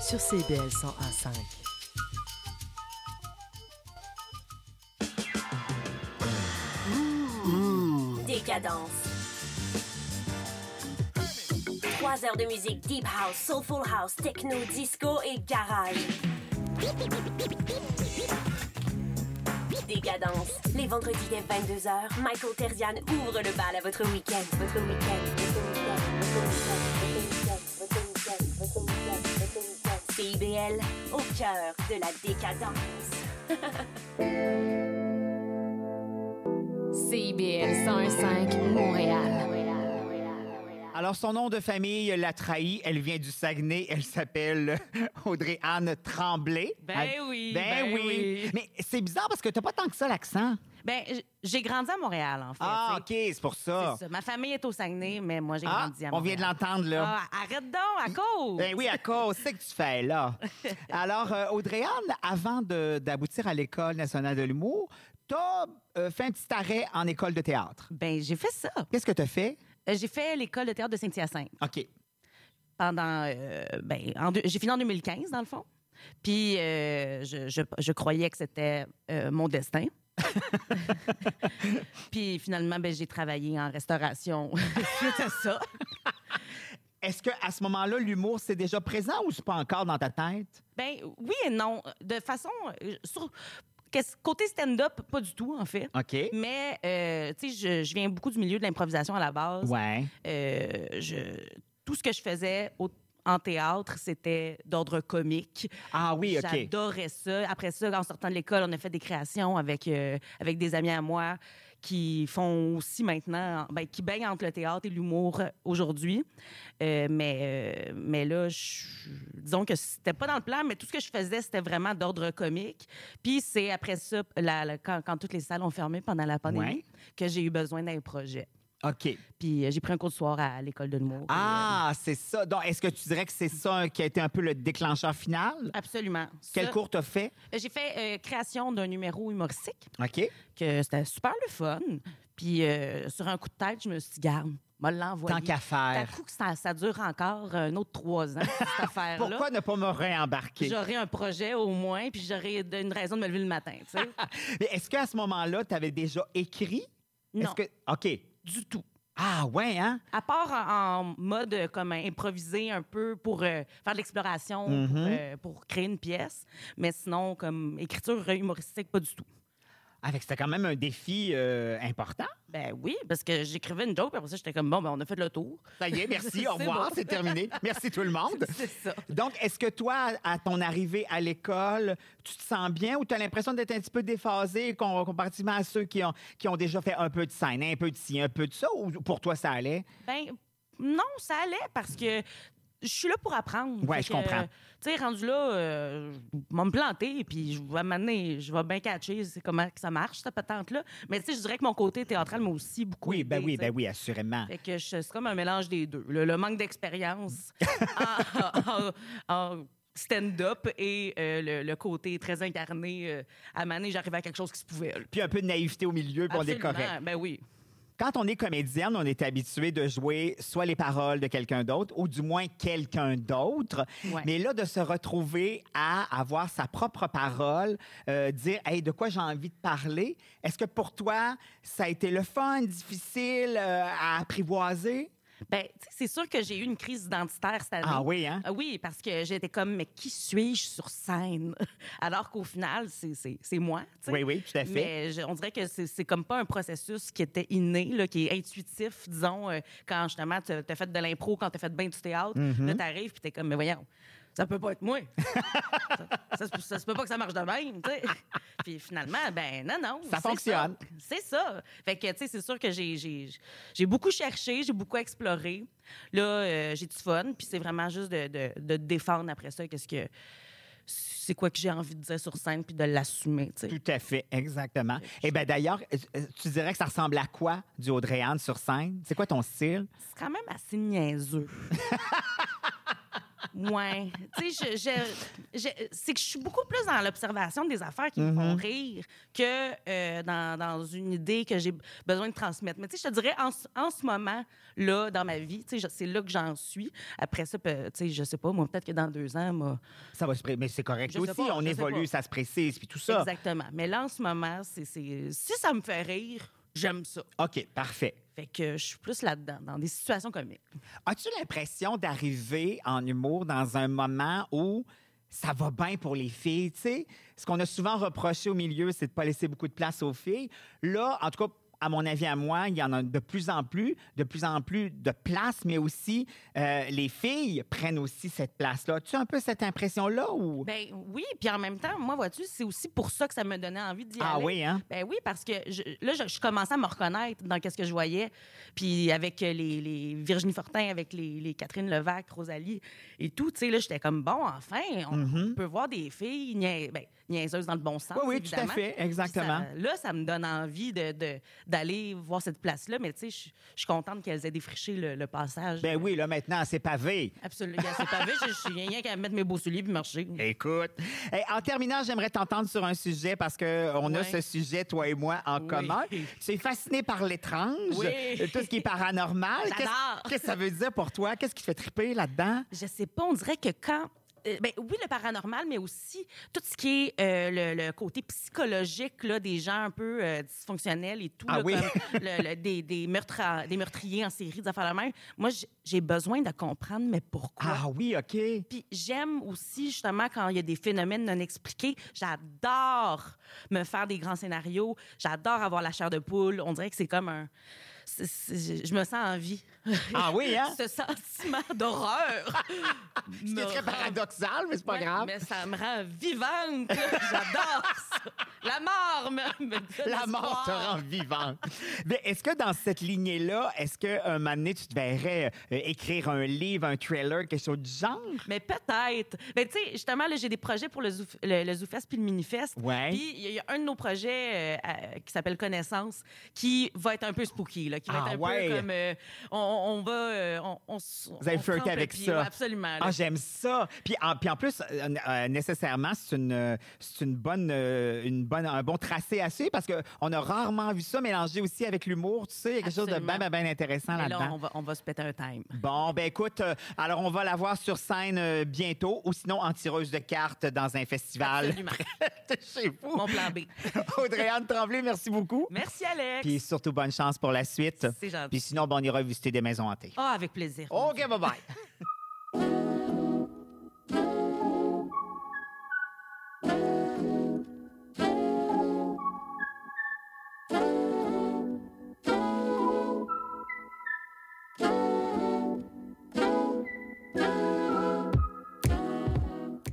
S10: sur CIBL 101.5.
S11: Décadence. Trois heures de musique deep house, soulful house, techno, disco et garage. Décadence. Les vendredis dès 22h, Michael Terzian ouvre le bal à votre week-end. Votre week-end. Votre week-end. Votre week-end. Votre week-end. Votre week-end. Votre week-end. Votre week-end. CIBL, au cœur de la décadence.
S1: CIBL 101.5 Montréal.
S5: Alors, son nom de famille l'a trahi. Elle vient du Saguenay. Elle s'appelle Audrey Anne Tremblay.
S6: Ben oui,
S5: Ben,
S6: ben
S5: oui.
S6: oui.
S5: Mais c'est bizarre parce que t'as pas tant que ça l'accent.
S12: Ben, j- j'ai grandi à Montréal, en fait.
S5: Ah, OK,
S12: tu sais.
S5: c'est pour ça.
S12: C'est ça. Ma famille est au Saguenay, mais moi, j'ai
S5: Ah,
S12: grandi à
S5: on vient
S12: Montréal.
S5: de l'entendre, là.
S12: Ah, arrête donc, à cause!
S5: Ben oui, à cause, c'est que tu fais là. Alors, euh, Audrey-Anne, avant de- d'aboutir à l'École nationale de l'humour, t'as euh, fait un petit arrêt en école de théâtre.
S12: Ben, j'ai fait ça.
S5: Qu'est-ce que t'as fait?
S12: Euh, J'ai fait l'école de théâtre de Saint-Hyacinthe
S5: OK.
S12: pendant. euh, ben, en deux- j'ai fini en 2015, dans le fond. Puis, euh, je, je- je croyais que c'était euh, mon destin. Puis, finalement, ben, j'ai travaillé en restauration suite à ça.
S5: Est-ce que à ce moment-là, l'humour, c'est déjà présent ou c'est pas encore dans ta tête?
S12: Ben, oui et non. De façon. euh, sur- qu'est-ce- côté stand-up, pas du tout, en fait.
S5: OK.
S12: Mais, euh, tu sais, je, je viens beaucoup du milieu de l'improvisation à la base.
S5: Ouais.
S12: Euh, je- tout ce que je faisais au- en théâtre, c'était d'ordre comique.
S5: Ah oui, OK.
S12: J'adorais ça. Après ça, en sortant de l'école, on a fait des créations avec, euh, avec des amis à moi qui font aussi maintenant, ben, qui baignent entre le théâtre et l'humour aujourd'hui. Euh, mais, euh, mais là, je- disons que c'était pas dans le plan, mais tout ce que je faisais, c'était vraiment d'ordre comique. Puis c'est après ça, la- la- quand, quand toutes les salles ont fermé pendant la pandémie,
S5: Ouais.
S12: que j'ai eu besoin d'un projet.
S5: OK.
S12: Puis euh, j'ai pris un cours de soir à l'école de l'humour.
S5: Ah, c'est ça. Donc, est-ce que tu dirais que c'est ça euh, qui a été un peu le déclencheur final?
S12: Absolument.
S5: Quel
S12: Ça-
S5: cours t'as fait?
S12: Euh, J'ai fait euh, création d'un numéro humoristique,
S5: OK.
S12: que c'était super le fun. Puis euh, sur un coup de tête, je me suis dit, garde, m'a l'envoyé.
S5: Tant qu'à faire.
S12: coup que ça, ça dure encore euh, un autre trois ans, cette affaire-là.
S5: Pourquoi ne pas me réembarquer?
S12: J'aurais un projet au moins, puis j'aurais d- une raison de me lever le matin, tu sais.
S5: Mais est-ce qu'à ce moment-là, tu avais déjà écrit?
S12: Non.
S5: Est-ce que... OK.
S12: Du tout.
S5: Ah, ouais, hein?
S12: À part en, en mode euh, comme euh, improvisé un peu pour euh, faire de l'exploration,
S5: Mhm.
S12: pour, euh, pour créer une pièce, mais sinon, comme écriture humoristique, pas du tout.
S5: Avec, c'était quand même un défi euh, important.
S12: Ben oui, parce que j'écrivais une joke, puis après ça, j'étais comme, bon, ben on a fait le tour.
S5: Ça y est, merci, au
S12: C'est
S5: revoir,
S12: bon.
S5: c'est terminé. Merci tout le monde.
S12: C'est ça.
S5: Donc, est-ce que toi, à ton arrivée à l'école, tu te sens bien ou tu as l'impression d'être un petit peu déphasé com- comparativement à ceux qui ont, qui ont déjà fait un peu de scène, un peu de ci, un peu de ça, ou pour toi, ça allait?
S12: Ben non, ça allait parce que je suis là pour apprendre.
S5: Ouais,
S12: Fait
S5: je
S12: que,
S5: comprends.
S12: Tu sais, rendu là, euh, je vais me planter, puis je vais m'amener, je vais bien catcher c'est comment que ça marche, cette patente-là. Mais tu sais, je dirais que mon côté théâtral m'a aussi beaucoup
S5: Oui, ben
S12: aidé,
S5: oui,
S12: tu sais.
S5: ben oui, assurément.
S12: Fait que je- c'est comme un mélange des deux. Le, le manque d'expérience en, en- en stand-up et euh, le, le côté très incarné. euh, à Mané, j'arrivais à quelque chose qui se pouvait. là.
S5: Puis un peu de naïveté au milieu, puis on est
S12: Absolument,
S5: correct.
S12: Ben oui.
S5: Quand on est comédienne, on est habitué de jouer soit les paroles de quelqu'un d'autre ou du moins quelqu'un d'autre.
S12: Ouais.
S5: Mais là, de se retrouver à avoir sa propre parole, euh, dire hey, de quoi j'ai envie de parler, est-ce que pour toi, ça a été le fun, difficile euh, à apprivoiser?
S12: Ben, tu sais, c'est sûr que j'ai eu une crise identitaire cette année.
S5: Ah oui, hein?
S12: Ah Oui, parce que j'étais comme, mais qui suis-je sur scène? Alors qu'au final, c'est- c'est c'est moi. tu sais.
S5: Oui, oui, tout à fait.
S12: Mais je- on dirait que c'est c'est comme pas un processus qui était inné, là, qui est intuitif, disons, euh, quand justement tu as fait de l'impro, quand tu as fait bien du théâtre.
S5: Mhm.
S12: Là, tu arrives puis tu es comme, mais voyons. Ça peut pas être moi. ça, ça se- ça se peut pas que ça marche de même, tu sais. Puis finalement, ben non, non.
S5: Ça
S12: c'est
S5: fonctionne.
S12: ça. C'est ça. Fait que, tu sais, c'est sûr que j'ai- j'ai j'ai beaucoup cherché, j'ai beaucoup exploré. Là, euh, j'ai du fun, puis c'est vraiment juste de, de, de défendre après ça qu'est-ce que... C'est quoi que j'ai envie de dire sur scène, puis de l'assumer, tu sais.
S5: Tout à fait, exactement. Et ben d'ailleurs, euh, tu dirais que ça ressemble à quoi du Audrey Anne sur scène? C'est quoi ton style?
S12: C'est quand même assez niaiseux. ouais. Tu sais, je- je- je- c'est que je suis beaucoup plus dans l'observation des affaires qui me
S5: Mm-hmm.
S12: font
S13: Mhm.
S12: rire que euh, dans, dans une idée que j'ai besoin de transmettre. Mais tu sais, je te dirais, en, ce- en ce moment, là, dans ma vie, tu sais, je- c'est là que j'en suis. Après ça, peut- tu sais, je sais pas, moi, peut-être que dans deux ans, moi,
S5: Ça va se pré- mais c'est correct
S12: Je sais
S5: aussi,
S12: pas,
S5: on
S12: je sais
S5: évolue,
S12: pas.
S5: ça se précise, puis tout ça.
S12: Exactement. Mais là, en ce moment, c'est, c'est- si ça me fait rire, j'aime ça.
S5: OK, parfait.
S12: Fait que je suis plus là-dedans, dans des situations comiques.
S5: As-tu l'impression d'arriver en humour dans un moment où ça va bien pour les filles, tu sais? Ce qu'on a souvent reproché au milieu, c'est de pas laisser beaucoup de place aux filles. Là, en tout cas, à mon avis, à moi, il y en a de plus en plus, de plus en plus de place, mais aussi euh, les filles prennent aussi cette place-là. As-tu un peu cette impression-là ou...
S12: Ben oui, puis en même temps, moi, vois-tu, c'est aussi pour ça que ça me donnait envie d'y
S5: Ah
S12: aller.
S5: oui, hein?
S12: Ben oui, parce que je- là, je, je commençais à me reconnaître dans qu'est-ce que je voyais. Puis avec euh, les, les Virginie Fortin, avec les, les Catherine Levac, Rosalie et tout, tu sais, là, j'étais comme, bon, enfin, on peut voir des filles nia- ben, niaiseuses dans le bon sens,
S5: Mm-hmm. Oui, oui, tout à
S12: évidemment.
S5: fait,
S12: Puis
S5: exactement.
S12: ça- là, ça me donne envie de- de- d'aller voir cette place-là, mais tu sais, je je suis contente qu'elles aient défriché le, le passage.
S5: Ben oui, là, maintenant, c'est pavé.
S12: Absolument. C'est pas vrai, je je suis rien qu'à mettre mes beaux souliers puis marcher.
S5: Écoute. Eh, en terminant, j'aimerais t'entendre sur un sujet parce que on a
S12: Ouais.
S5: ce sujet, toi et moi, en commun. Tu es fasciné par l'étrange,
S12: Oui.
S5: euh, tout ce qui est paranormal. Qu'est-ce-
S12: J'adore.
S5: Qu'est-ce que ça veut dire pour toi? Qu'est-ce qui te fait triper là-dedans?
S12: Je sais pas, on dirait que quand. euh, ben, oui, le paranormal, mais aussi tout ce qui est euh, le, le côté psychologique là, des gens un peu euh, dysfonctionnels et tout,
S5: Ah
S12: là,
S5: oui.
S12: comme le- le- des, des meurtres à- des meurtriers en série, des affaires de même. Moi, j- j'ai besoin de comprendre, mais pourquoi?
S5: Ah oui, OK.
S12: Puis j'aime aussi, justement, quand il y a des phénomènes non expliqués, j'adore me faire des grands scénarios, j'adore avoir la chair de poule. On dirait que c'est comme un. c'est- c'est- je me sens en vie.
S5: Ah oui, hein?
S12: Ce sentiment d'horreur.
S5: Ce qui est très paradoxal, mais c'est pas
S12: Ouais,
S5: grave.
S12: Mais ça me rend vivante. là. J'adore ça. La mort me, me donne
S5: La mort te
S12: espoir.
S5: rend vivante. Mais est-ce que dans cette lignée-là, est-ce qu'un moment donné, tu te verrais euh, écrire un livre, un trailer, quelque chose du genre?
S12: Mais peut-être. Mais tu sais, justement, là, j'ai des projets pour le, Zouf- le, le ZooFest puis le Minifest.
S5: Ouais.
S12: Puis il y, a- il y a un de nos projets euh, à- qui s'appelle Connaissance qui va être un peu spooky. là. là, qui
S5: Ah,
S12: va être un
S5: ouais.
S12: peu comme euh, on, on va. euh, on, on s-
S5: Vous allez
S12: on
S5: flirter
S12: trempe le
S5: avec
S12: pied,
S5: ça.
S12: ouais, absolument. là.
S5: Ah, j'aime ça. Puis en, puis en plus, euh, euh, nécessairement, c'est une, euh, c'est une bonne, euh, une bonne, un bon tracé à suivre parce qu'on a rarement vu ça mélangé aussi avec l'humour. Tu sais, il y a quelque chose de bien, bien, bien intéressant
S12: Mais
S5: là-dedans.
S12: là, on va, on va se péter un time.
S5: Bon, ben écoute, euh, alors on va la voir sur scène euh, bientôt ou sinon en tireuse de cartes dans un festival.
S12: Absolument.
S5: chez vous.
S12: Mon plan B.
S5: Audrey-Anne Tremblay, merci beaucoup.
S12: Merci, Alex.
S5: Puis surtout, bonne chance pour la suite.
S12: C'est gentil.
S5: Puis sinon, ben, on ira visiter des maisons hantées.
S12: Ah, avec plaisir.
S5: OK, bye-bye.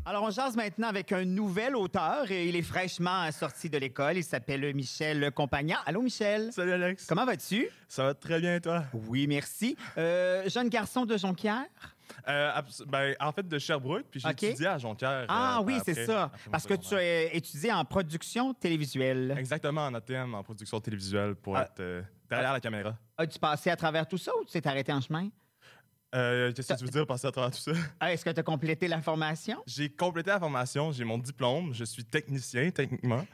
S5: Alors, on jase maintenant avec un nouvel auteur. Et il est fraîchement sorti de l'école. Il s'appelle Michel Compagnon. Allô, Michel. Salut, Alex. Comment vas-tu?
S13: Ça va très bien, et toi?
S5: Oui, merci. Euh, jeune garçon de Jonquière?
S13: Euh, abs- ben, en fait, de Sherbrooke, puis j'ai
S5: OK.
S13: étudié à Jonquière.
S5: ah
S13: euh,
S5: oui,
S13: après-
S5: c'est ça.
S13: après mon
S5: Parce que tu
S13: secondaire.
S5: as étudié en production télévisuelle.
S13: Exactement, en ATM, en production télévisuelle, pour
S5: Ah.
S13: être euh, derrière la caméra.
S5: As-tu passé à travers tout ça ou tu t'es arrêté en chemin?
S13: Euh, Qu'est-ce que tu veux dire, passer à travers tout ça?
S5: Ah, Est-ce que tu as complété la formation?
S13: J'ai complété la formation, j'ai mon diplôme, je suis technicien, techniquement.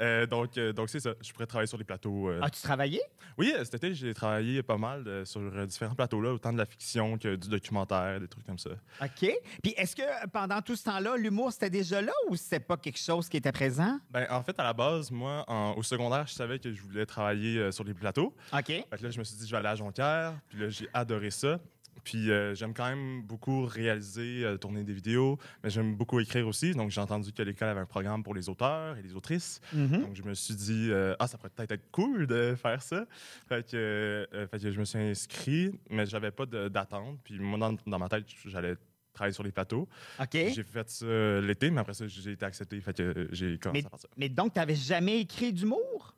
S13: Euh, donc, euh, donc c'est ça, je pourrais travailler sur les plateaux. euh.
S5: As-tu travaillé?
S13: Oui, euh, cet été, j'ai travaillé pas mal euh, sur euh, différents plateaux-là, autant de la fiction que du documentaire, des trucs comme ça.
S5: OK. Puis est-ce que pendant tout ce temps-là, l'humour, c'était déjà là ou c'était pas quelque chose qui était présent?
S13: Ben, en fait, à la base, moi, en- au secondaire, je savais que je voulais travailler euh, sur les plateaux.
S5: OK.
S13: Fait que là, je me suis dit, je vais aller à Jonquière. Puis là, j'ai adoré ça. Puis euh, j'aime quand même beaucoup réaliser, euh, tourner des vidéos, mais j'aime beaucoup écrire aussi. Donc, j'ai entendu que l'école avait un programme pour les auteurs et les autrices.
S14: Mhm.
S13: Donc, je me suis dit, euh, ah, ça pourrait peut-être être cool de faire ça. Fait que, euh, fait que je me suis inscrit, mais j'avais pas de- d'attente. Puis moi, dans, dans ma tête, j'allais travailler sur les plateaux.
S5: OK.
S13: J'ai fait ça euh, l'été, mais après ça, j'ai été accepté. Fait que euh, j'ai commencé
S5: Mais,
S13: à faire ça.
S5: mais donc, tu n'avais jamais écrit d'humour?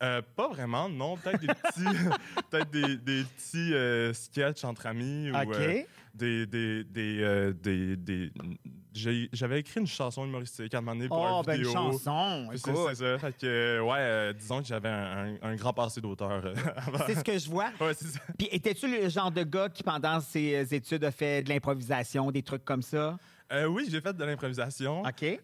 S13: Euh, pas vraiment, non. Peut-être des petits, peut-être des, des petits euh, sketchs entre amis ou
S5: Ok.
S13: euh, des, des, des, euh, des- des- j'ai- J'avais écrit une chanson humoristique à un moment donné pour
S5: Oh,
S13: un
S5: ben, une
S13: vidéo.
S5: chanson,
S13: Puis C'est
S5: écoute.
S13: c'est ça. Fait que, euh, ouais, euh, disons que j'avais un, un- un grand passé d'auteur. euh, avant.
S5: C'est ce que je vois. Puis étais-tu le genre de gars qui, pendant ses euh, études, a fait de l'improvisation, des trucs comme ça?
S13: Euh, oui, j'ai fait de l'improvisation. Euh,
S5: OK.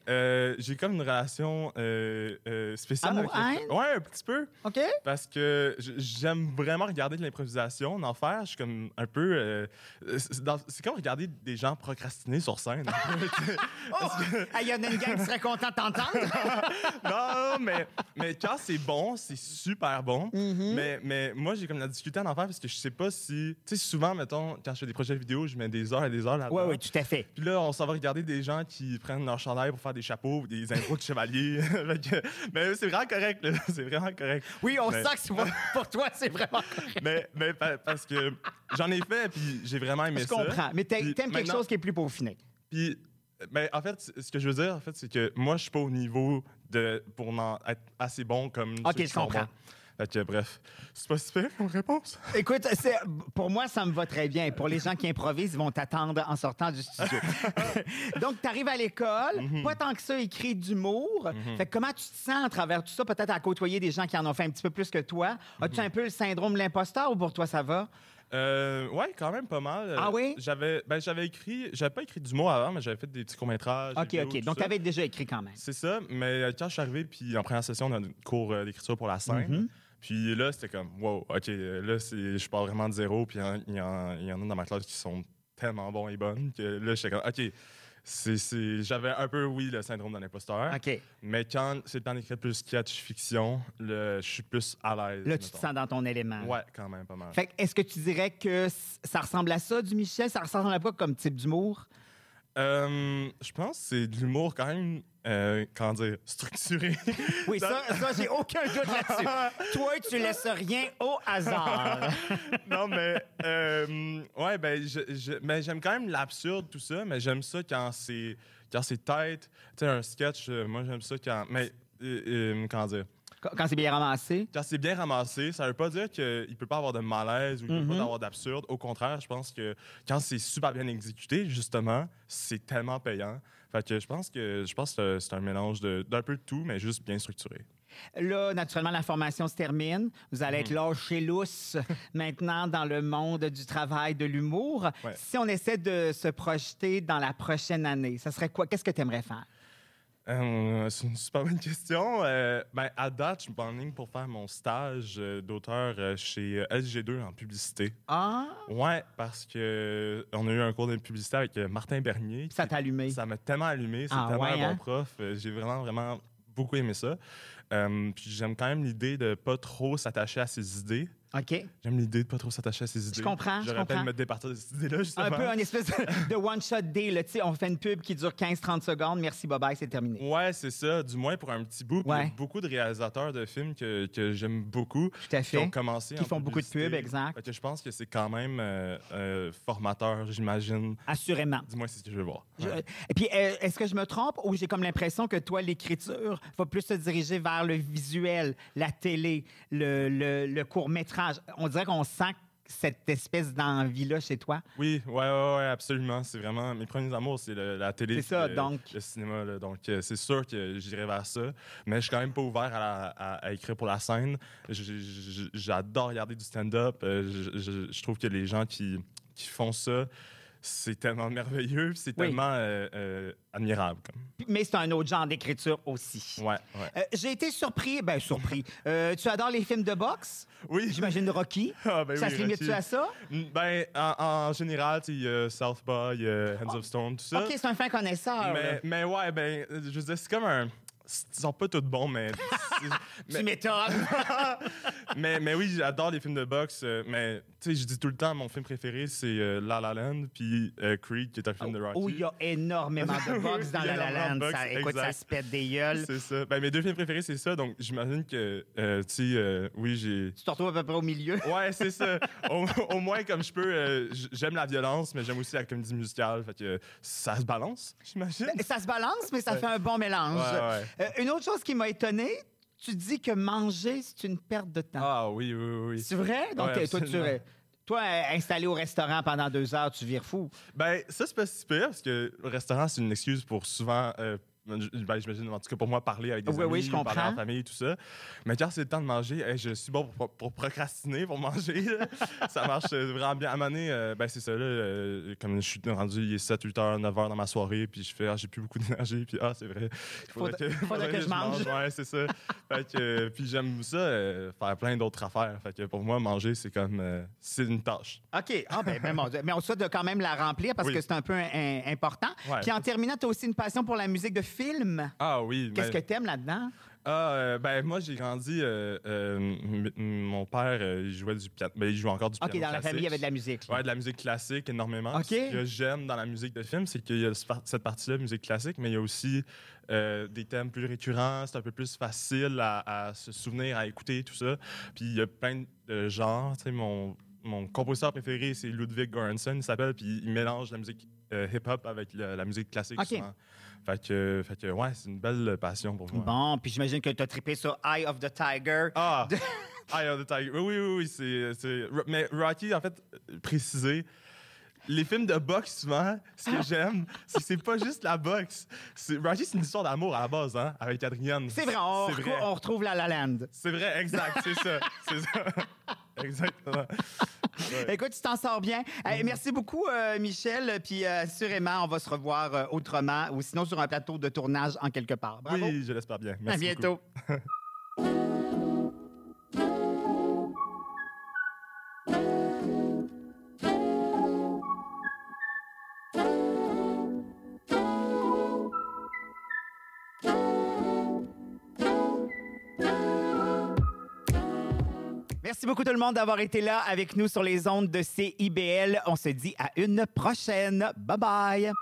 S13: j'ai comme une relation euh, euh, spéciale. avec
S5: Amour-haine?
S13: le- Ouais, un petit peu.
S5: OK.
S13: Parce que j- j'aime vraiment regarder de l'improvisation, en faire. Je suis comme un peu. euh, c'est dans- c'est comme regarder des gens procrastiner sur scène.
S5: Oh! Ah, Il y en a une gang qui serait contente de t'entendre.
S13: non, mais, mais quand c'est bon, c'est super bon.
S5: Mm-hmm.
S13: mais, mais moi, j'ai comme la difficulté à en faire parce que je sais pas si. Tu sais, souvent, mettons, quand je fais des projets vidéo, je mets des heures et des heures là-dedans.
S5: Oui, oui, tout à fait.
S13: Puis là, on s'en va regarder des gens qui prennent leur chandail pour faire des chapeaux ou des impôts de chevalier. Fait que- mais c'est vraiment correct, là. C'est vraiment correct.
S5: Oui, on
S13: Mais-
S5: sent que c'est pas- pour toi, c'est vraiment correct.
S13: mais, mais pa- parce que j'en ai fait, puis j'ai vraiment aimé
S5: Je
S13: ça.
S5: comprends. Mais t'a-
S13: Puis
S5: t'aimes quelque
S13: maintenant-
S5: chose qui est plus peaufiné.
S13: Puis, ben, en fait, c- ce que je veux dire, en fait, c'est que moi, je suis pas au niveau de, pour en être assez bon comme.
S5: Ok,
S13: ceux qui
S5: je
S13: sont
S5: comprends.
S13: bons. Fait que, bref, c'est pas super comme réponse.
S5: Écoute, c'est- pour moi, ça me va très bien. Pour les gens qui improvisent, ils vont t'attendre en sortant du studio. Donc, tu arrives à l'école,
S13: Mhm.
S5: pas tant que ça écrit d'humour. Fait que comment tu te sens à travers tout ça, peut-être à côtoyer des gens qui en ont fait un petit peu plus que toi? As-tu
S13: Mhm.
S5: un peu le syndrome de l'imposteur ou pour toi, ça va?
S13: Euh, ouais, quand même pas mal. Euh,
S5: Ah oui?
S13: J'avais, ben, j'avais écrit, j'avais pas écrit du mot avant, mais j'avais fait des petits courts-métrages. des
S5: OK,
S13: vidéos,
S5: OK.
S13: tout
S5: Donc,
S13: ça.
S5: tu avais déjà écrit quand même.
S13: C'est ça, mais euh, quand je suis arrivé, puis en première session, on a un cours euh, d'écriture pour la scène.
S5: Mhm.
S13: Puis là, c'était comme, wow, OK, euh, là, c'est- je pars vraiment de zéro, puis hein, il y, en- il y en a dans ma classe qui sont tellement bons et bonnes que là, j'étais comme, OK, c'est- c'est- j'avais un peu, oui, le syndrome de l'imposteur.
S5: OK.
S13: Mais quand c'est le temps d'écrire plus sketch, fiction, là, je suis plus à l'aise.
S5: Là, tu te
S13: mettons.
S5: sens dans ton élément.
S13: Euh, Ouais, quand même, pas mal.
S5: Fait que, est-ce que tu dirais que c- ça ressemble à ça du Michel? Ça ressemble à quoi comme type d'humour?
S13: Euh, je pense que c'est de l'humour quand même, euh, comment dire, structuré.
S5: Oui, ça, ça j'ai aucun doute là-dessus. Toi, tu laisses rien au hasard.
S13: non, mais euh, ouais, ben, je, je- mais j'aime quand même l'absurde, tout ça, mais j'aime ça quand c'est quand c'est tête. Tu sais, un sketch, euh, moi, j'aime ça quand. Mais, euh, euh, comment dire?
S5: Quand, c'est bien ramassé?
S13: Quand c'est bien ramassé, ça veut pas dire qu'il peut pas avoir de malaise ou il peut
S5: Mhm.
S13: pas avoir d'absurde. Au contraire, je pense que quand c'est super bien exécuté, justement, c'est tellement payant. Fait que je pense que je pense que c'est un mélange de- d'un peu de tout, mais juste bien structuré.
S5: Là, naturellement, la formation se termine. Vous allez
S13: Mhm.
S5: être lâché lousse maintenant dans le monde du travail, de l'humour.
S13: Ouais.
S5: Si on essaie de se projeter dans la prochaine année, ça serait quoi? Qu'est-ce que tu aimerais faire?
S13: Euh, c'est une super bonne question. Euh, ben, à date, je me en ligne pour faire mon stage euh, d'auteur euh, chez euh, LG2 en publicité.
S5: Ah!
S13: Ouais, parce que euh, on a eu un cours de publicité avec euh, Martin Bernier. Ça
S5: t'a allumé.
S13: Ça m'a tellement allumé. C'est
S5: Ah
S13: tellement
S5: ouais,
S13: un
S5: hein?
S13: bon prof. Euh, J'ai vraiment, vraiment beaucoup aimé ça. Euh, puis j'aime quand même l'idée de pas trop s'attacher à ses idées.
S5: OK.
S13: J'aime l'idée de pas trop s'attacher à ses idées.
S5: comprends, je
S13: J'aurais peine
S5: comprends.
S13: de me départir de ces idées-là, justement.
S5: Un peu un espèce de, de one-shot deal. là. Tu sais, on fait une pub qui dure 15-30 secondes. Merci, bye-bye, c'est terminé.
S13: Ouais, c'est ça, du moins pour un petit bout. Puis il y a
S5: Ouais.
S13: beaucoup de réalisateurs de films que, que j'aime beaucoup.
S5: à
S13: Qui
S5: fait.
S13: ont commencé
S5: Qui
S13: en
S5: font beaucoup de
S13: publicité.
S5: pubs, exact.
S13: Fait que je pense que c'est quand même euh, euh, formateur, j'imagine.
S5: Assurément.
S13: Du moins, c'est ce que je veux voir.
S5: Je- Et puis, euh, est-ce que je me trompe ou j'ai comme l'impression que toi, l'écriture va plus se diriger vers le visuel, la télé, le, le- le court-métrage? On dirait qu'on sent cette espèce d'envie-là chez toi.
S13: Oui, ouais, ouais, ouais, absolument. C'est vraiment mes premiers amours, c'est le- la télé.
S5: C'est
S13: puis
S5: ça,
S13: le,
S5: donc.
S13: Le cinéma, là. Donc, euh, c'est sûr que j'irai vers ça. Mais je suis quand même pas ouvert à, la- à- à écrire pour la scène. J- j- J'adore regarder du stand-up. Euh, je- je je trouve que les gens qui, qui font ça, c'est tellement merveilleux, puis c'est
S5: Oui.
S13: tellement euh, euh, admirable. Comme.
S5: Mais c'est un autre genre d'écriture aussi.
S13: Ouais, ouais.
S5: Euh, j'ai été surpris, ben surpris. Euh, tu adores les films de boxe?
S13: Oui.
S5: J'imagine Rocky.
S13: Ah, ben
S5: ça
S13: oui,
S5: se limite-tu
S13: Rocky.
S5: à ça?
S13: Mm, Ben, en, en général, tu sais, il y a Southpaw, il y a Hands of Stone, tout ça.
S5: OK, c'est un fin connaisseur. Ah, là.
S13: mais, mais ouais, ben, euh, je veux dire, c'est comme un. c'est- Ils sont pas tous bons, mais.
S5: Tu m'étonnes.
S13: mais, mais oui, j'adore les films de boxe. euh, Mais, tu sais, je dis tout le temps, mon film préféré, c'est euh, La La Land, puis euh, Creed, qui est un film de Rocky.
S5: Où il y a énormément de boxe Oh, dans
S13: Il y a
S5: la La
S13: énormément
S5: Land.
S13: de boxe,
S5: Ça, écoute, ça
S13: exact.
S5: se pète des gueules.
S13: C'est ça. Ben, mes deux films préférés, c'est ça. Donc, j'imagine que, euh, tu sais, euh, oui, j'ai.
S5: Tu te retrouves à peu près au milieu.
S13: Ouais, c'est ça. au, au moins, comme je peux, euh, j- j'aime la violence, mais j'aime aussi la comédie musicale. Fait que ça se balance, j'imagine.
S5: Ben, Ça se balance, mais ça
S13: Ouais.
S5: fait un bon mélange.
S13: Ouais,
S5: Euh, une autre chose qui m'a étonnée, tu dis que manger, c'est une perte de temps.
S13: Ah oui, oui, oui, oui.
S5: C'est vrai? Donc,
S13: Ouais,
S5: t'es- toi, tu,
S13: absolument.
S5: toi, euh, installé au restaurant pendant deux heures, tu vires fou.
S13: Ben, ça, c'est pas si pire, parce que le restaurant, c'est une excuse pour souvent. euh, ben, j'imagine, en tout cas pour moi, parler avec des
S5: Oui,
S13: amis,
S5: oui, je
S13: parler
S5: comprends.
S13: en famille, tout ça. Mais quand c'est le temps de manger, hey, je suis bon pour, pour procrastiner, pour manger. là. ça marche euh, vraiment bien. À un moment donné, euh, ben, c'est ça, là, euh, comme je suis rendu, il est 7, 8 heures, 9 heures dans ma soirée, puis je fais, ah, j'ai plus beaucoup d'énergie, puis ah, c'est vrai. Il
S5: Faudrait- faudrait que je mange.
S13: Ouais, c'est ça. fait que, euh, puis j'aime ça, euh, faire plein d'autres affaires. Fait que pour moi, manger, c'est comme, euh, c'est une tâche.
S5: OK. Ah, ben, ben, mon Dieu. Mais on souhaite de quand même la remplir parce
S13: Oui.
S5: que c'est un peu un- un- important.
S13: Ouais.
S5: Puis en terminant, tu as aussi une passion pour la musique de film.
S13: Ah oui.
S5: Qu'est-ce
S13: ben-
S5: que t'aimes là-dedans?
S13: Ah, euh, ben moi, j'ai grandi. euh, euh, m- m- mon père, euh, il jouait du piano. Ben, il joue encore du
S5: OK,
S13: piano.
S5: Ah, dans la famille, il y avait de la musique.
S13: Ouais, de la musique classique énormément. euh,
S5: OK.
S13: Ce que j'aime dans la musique de film, c'est qu'il y a ce par- cette partie-là de musique classique, mais il y a aussi euh, des thèmes plus récurrents, c'est un peu plus facile à, à se souvenir, à écouter, tout ça. Puis il y a plein de genres. Tu sais, mon, mon compositeur préféré, c'est Ludwig Göransson, il s'appelle, puis il mélange la musique euh, hip-hop avec la, la musique classique.
S5: OK.
S13: souvent. Fait que, fait que, ouais, c'est une belle passion pour moi.
S5: Bon, puis j'imagine que tu as trippé sur Eye of the Tiger.
S13: Ah! Eye of the Tiger. Oui, oui, oui, oui, c'est. c'est- Ro- Mais Rocky, en fait, euh, préciser, les films de boxe, souvent, ce
S5: Ah.
S13: que j'aime, c'est que c'est pas juste la boxe. C'est- Rocky, c'est une histoire d'amour à la base, hein, avec Adrienne.
S5: C'est vrai, on,
S13: C'est
S5: retrou-
S13: vrai.
S5: on retrouve la La Land.
S13: C'est vrai, exact, c'est ça. C'est ça. Exactement. Ouais. Mm.
S5: Écoute, tu t'en sors bien. Eh, merci beaucoup, euh, Michel. Puis euh, assurément, on va se revoir euh, autrement ou sinon sur un plateau de tournage en quelque part. Bravo.
S13: Oui, je l'espère bien. Merci
S5: à bientôt.
S13: beaucoup.
S5: Merci beaucoup tout le monde d'avoir été là avec nous sur les ondes de CIBL. On se dit à une prochaine. Bye bye.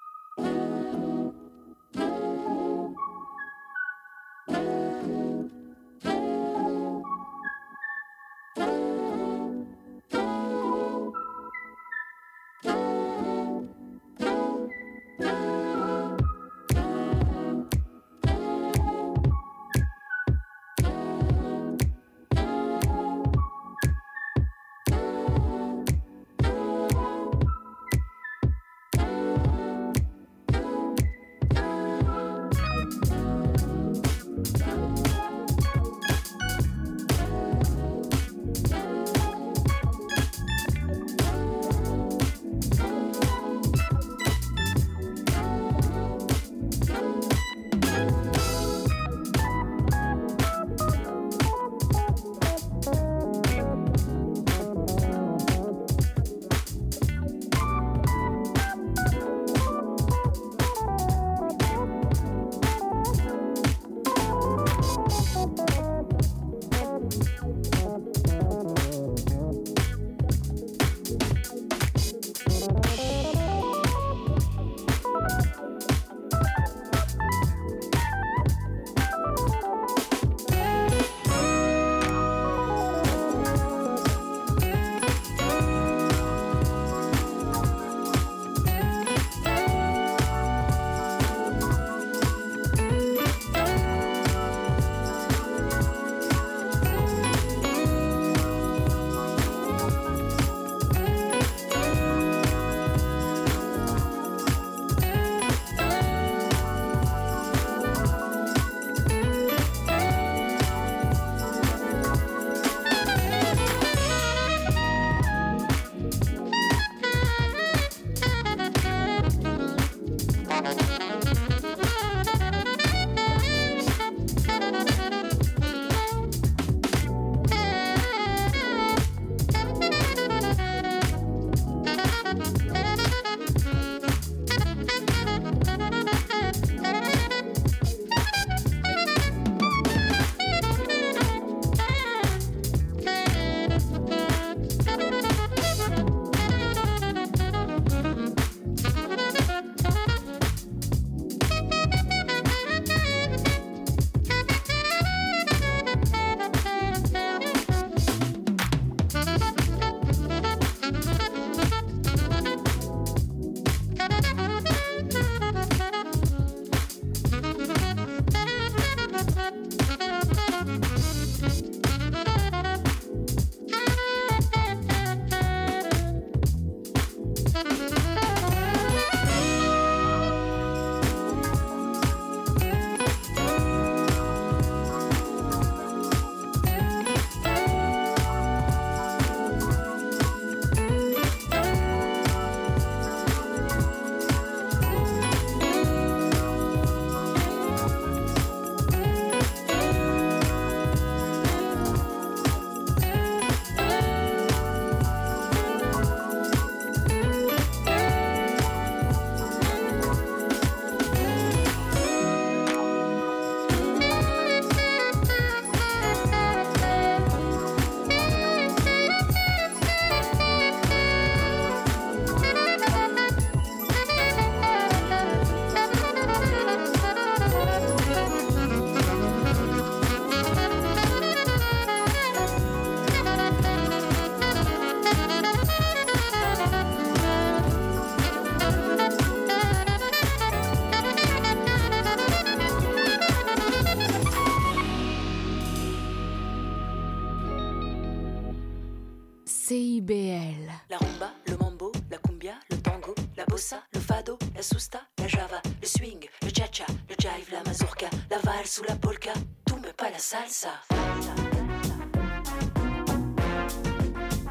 S1: CIBL.
S14: La rumba, le mambo, la cumbia, le tango, la bossa, le fado, la sousta, la java, le swing, le cha-cha, le jive, la mazurka, la valse ou la polka, tout mais pas la salsa.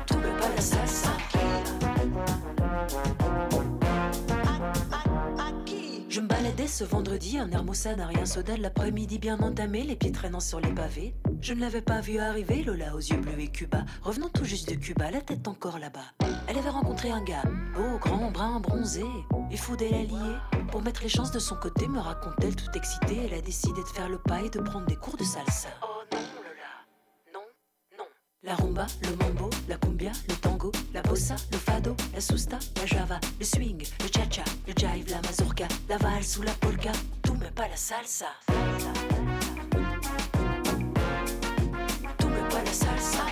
S14: Tout mais pas la salsa. Je me baladais ce vendredi à Hermosa d'un rien sodal l'après-midi bien entamé, les pieds traînant sur les pavés. Je ne l'avais pas vu arriver, Lola aux yeux bleus et Cuba, revenant tout juste de Cuba, la tête encore là-bas. Elle avait rencontré un gars, beau, grand, brun, bronzé, et fou d'elle alliée. Pour mettre les chances de son côté, me raconte-t-elle tout excitée, elle a décidé de faire le pas et de prendre des cours de salsa. La rumba, le mambo, la cumbia, le tango, la bossa, le fado, la sousta, la java, le swing, le cha-cha, le jive, la mazurka, la valse ou la polka, tout mais pas la salsa. Tout mais pas la salsa.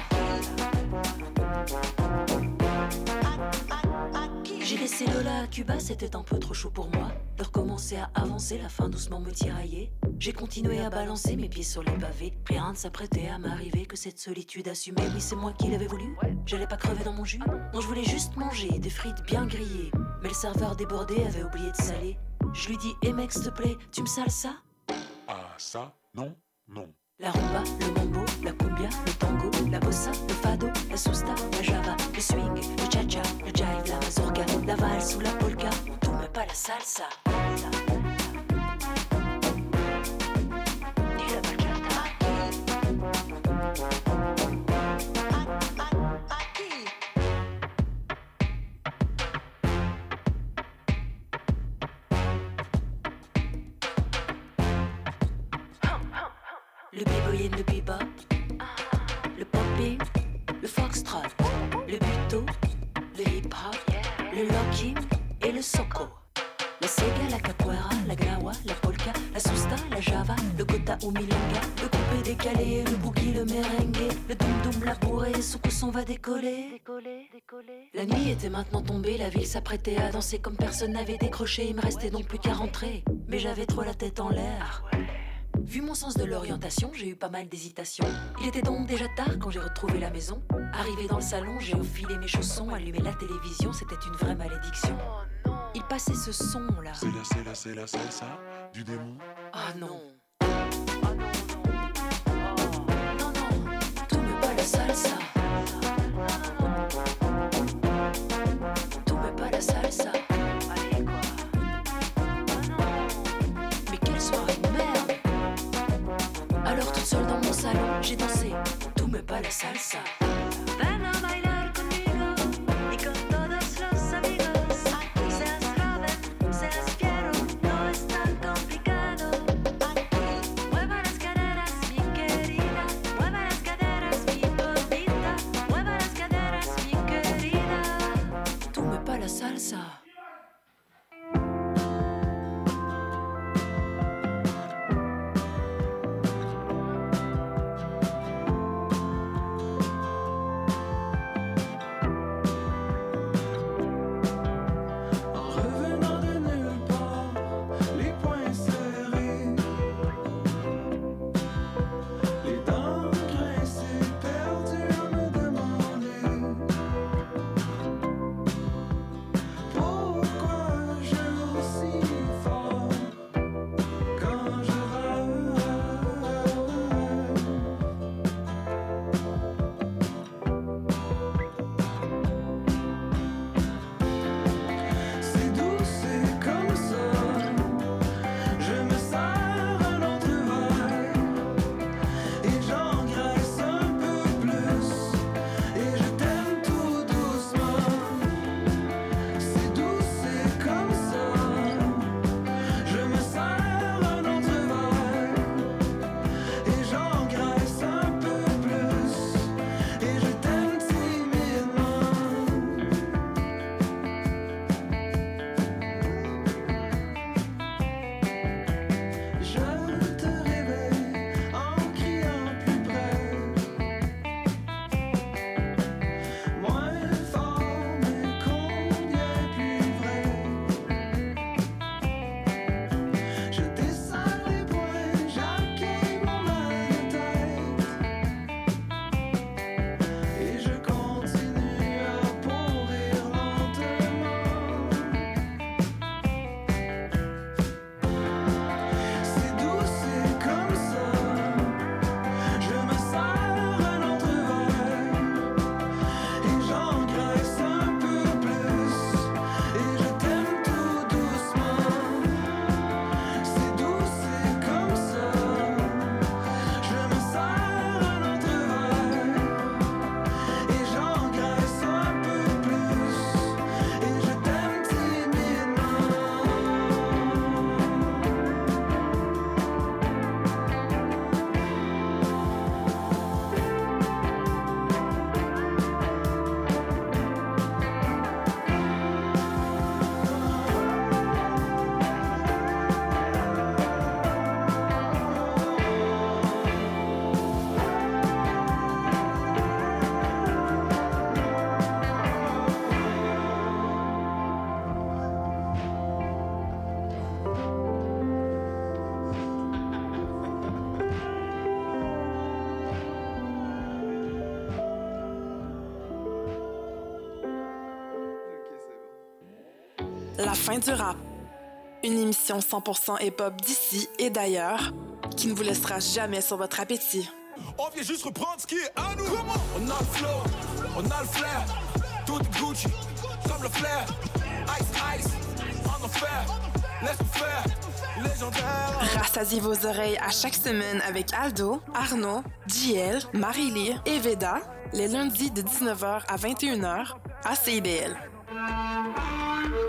S14: J'ai laissé Lola à Cuba, c'était un peu trop chaud pour moi. De recommencer à avancer, la fin doucement me tiraillait. J'ai continué à balancer mes pieds sur les pavés. Rien ne s'apprêtait à m'arriver que cette solitude assumée. Oui, c'est moi qui l'avais voulu. J'allais pas crever dans mon jus. Non, je voulais juste manger des frites bien grillées. Mais le serveur débordé avait oublié de saler. Je lui dis, eh mec, s'il te plaît, tu me sales ça
S15: Ah, ça, non, non.
S14: La rumba, le mambo, la cumbia, le tango, la bossa, le fado, la sousta, la java, le swing, le cha-cha, le jive, la mazurka, la valse ou la polka, tout mais pas la salsa. Ni la bachata. Hum, Le b-boy et le bebop, le popping, le foxtrot, le buto, le hip-hop, le locking et le soko. La sega, la capoeira, la gnawa, la polka, la sousta, la java, le kota ou milonga, le coupé décalé, le boogie, le merengue, le dum-dum, la bourrée, sous que son va décoller. La nuit était maintenant tombée, la ville s'apprêtait à danser comme personne n'avait décroché, il me restait donc plus qu'à rentrer. Mais j'avais trop la tête en l'air. Vu mon sens de l'orientation, j'ai eu pas mal d'hésitations. Il était donc déjà tard quand j'ai retrouvé la maison. Arrivé dans le salon, j'ai enfilé mes chaussons, allumé la télévision, c'était une vraie malédiction. Il passait ce son-là.
S15: C'est la, c'est la, c'est la salsa du démon.
S14: Ah non. Tout me pas la salsa. Tout me pas la salsa. Allez quoi. Mais quelle soirée de merde. Alors toute seule dans mon salon, j'ai dansé. Tout me pas la salsa.
S11: Ven a bailar conmigo y con todos los amigos. Aquí seas joven, seas fiero, no es tan complicado. Aquí, mueva las caderas, mi querida. Mueva las caderas, mi gordita. Mueva las caderas, mi querida.
S14: Tout me pas la salsa.
S11: Tout
S16: La fin du rap. Une émission 100% hip-hop d'ici et d'ailleurs qui ne vous laissera jamais sur votre appétit.
S17: On vient juste reprendre ce qui est à nous. On a le flow, on a le flair. Tout Gucci, comme le flair. Ice, ice, en enfer. Laisse-nous faire, légendaire.
S16: Rassasiez vos oreilles à chaque semaine avec Aldo, Arnaud, JL, Marie-Lee et Veda les lundis de 19h à 21h à CIBL.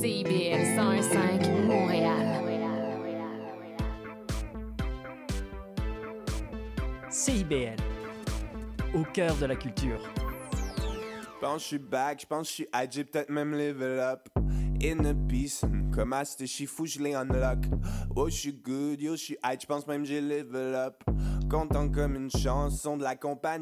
S1: CIBL 101.5 Montréal.
S18: CIBL, au cœur de la culture.
S19: J'pense je suis back, j'pense je suis hype, j'ai peut-être même level up. In a piece, hmm, comme à c'était chifou, je l'ai unlock. Oh, je suis good, yo, je suis hype, j'pense même j'ai level up. Content comme une chanson de la compagnie.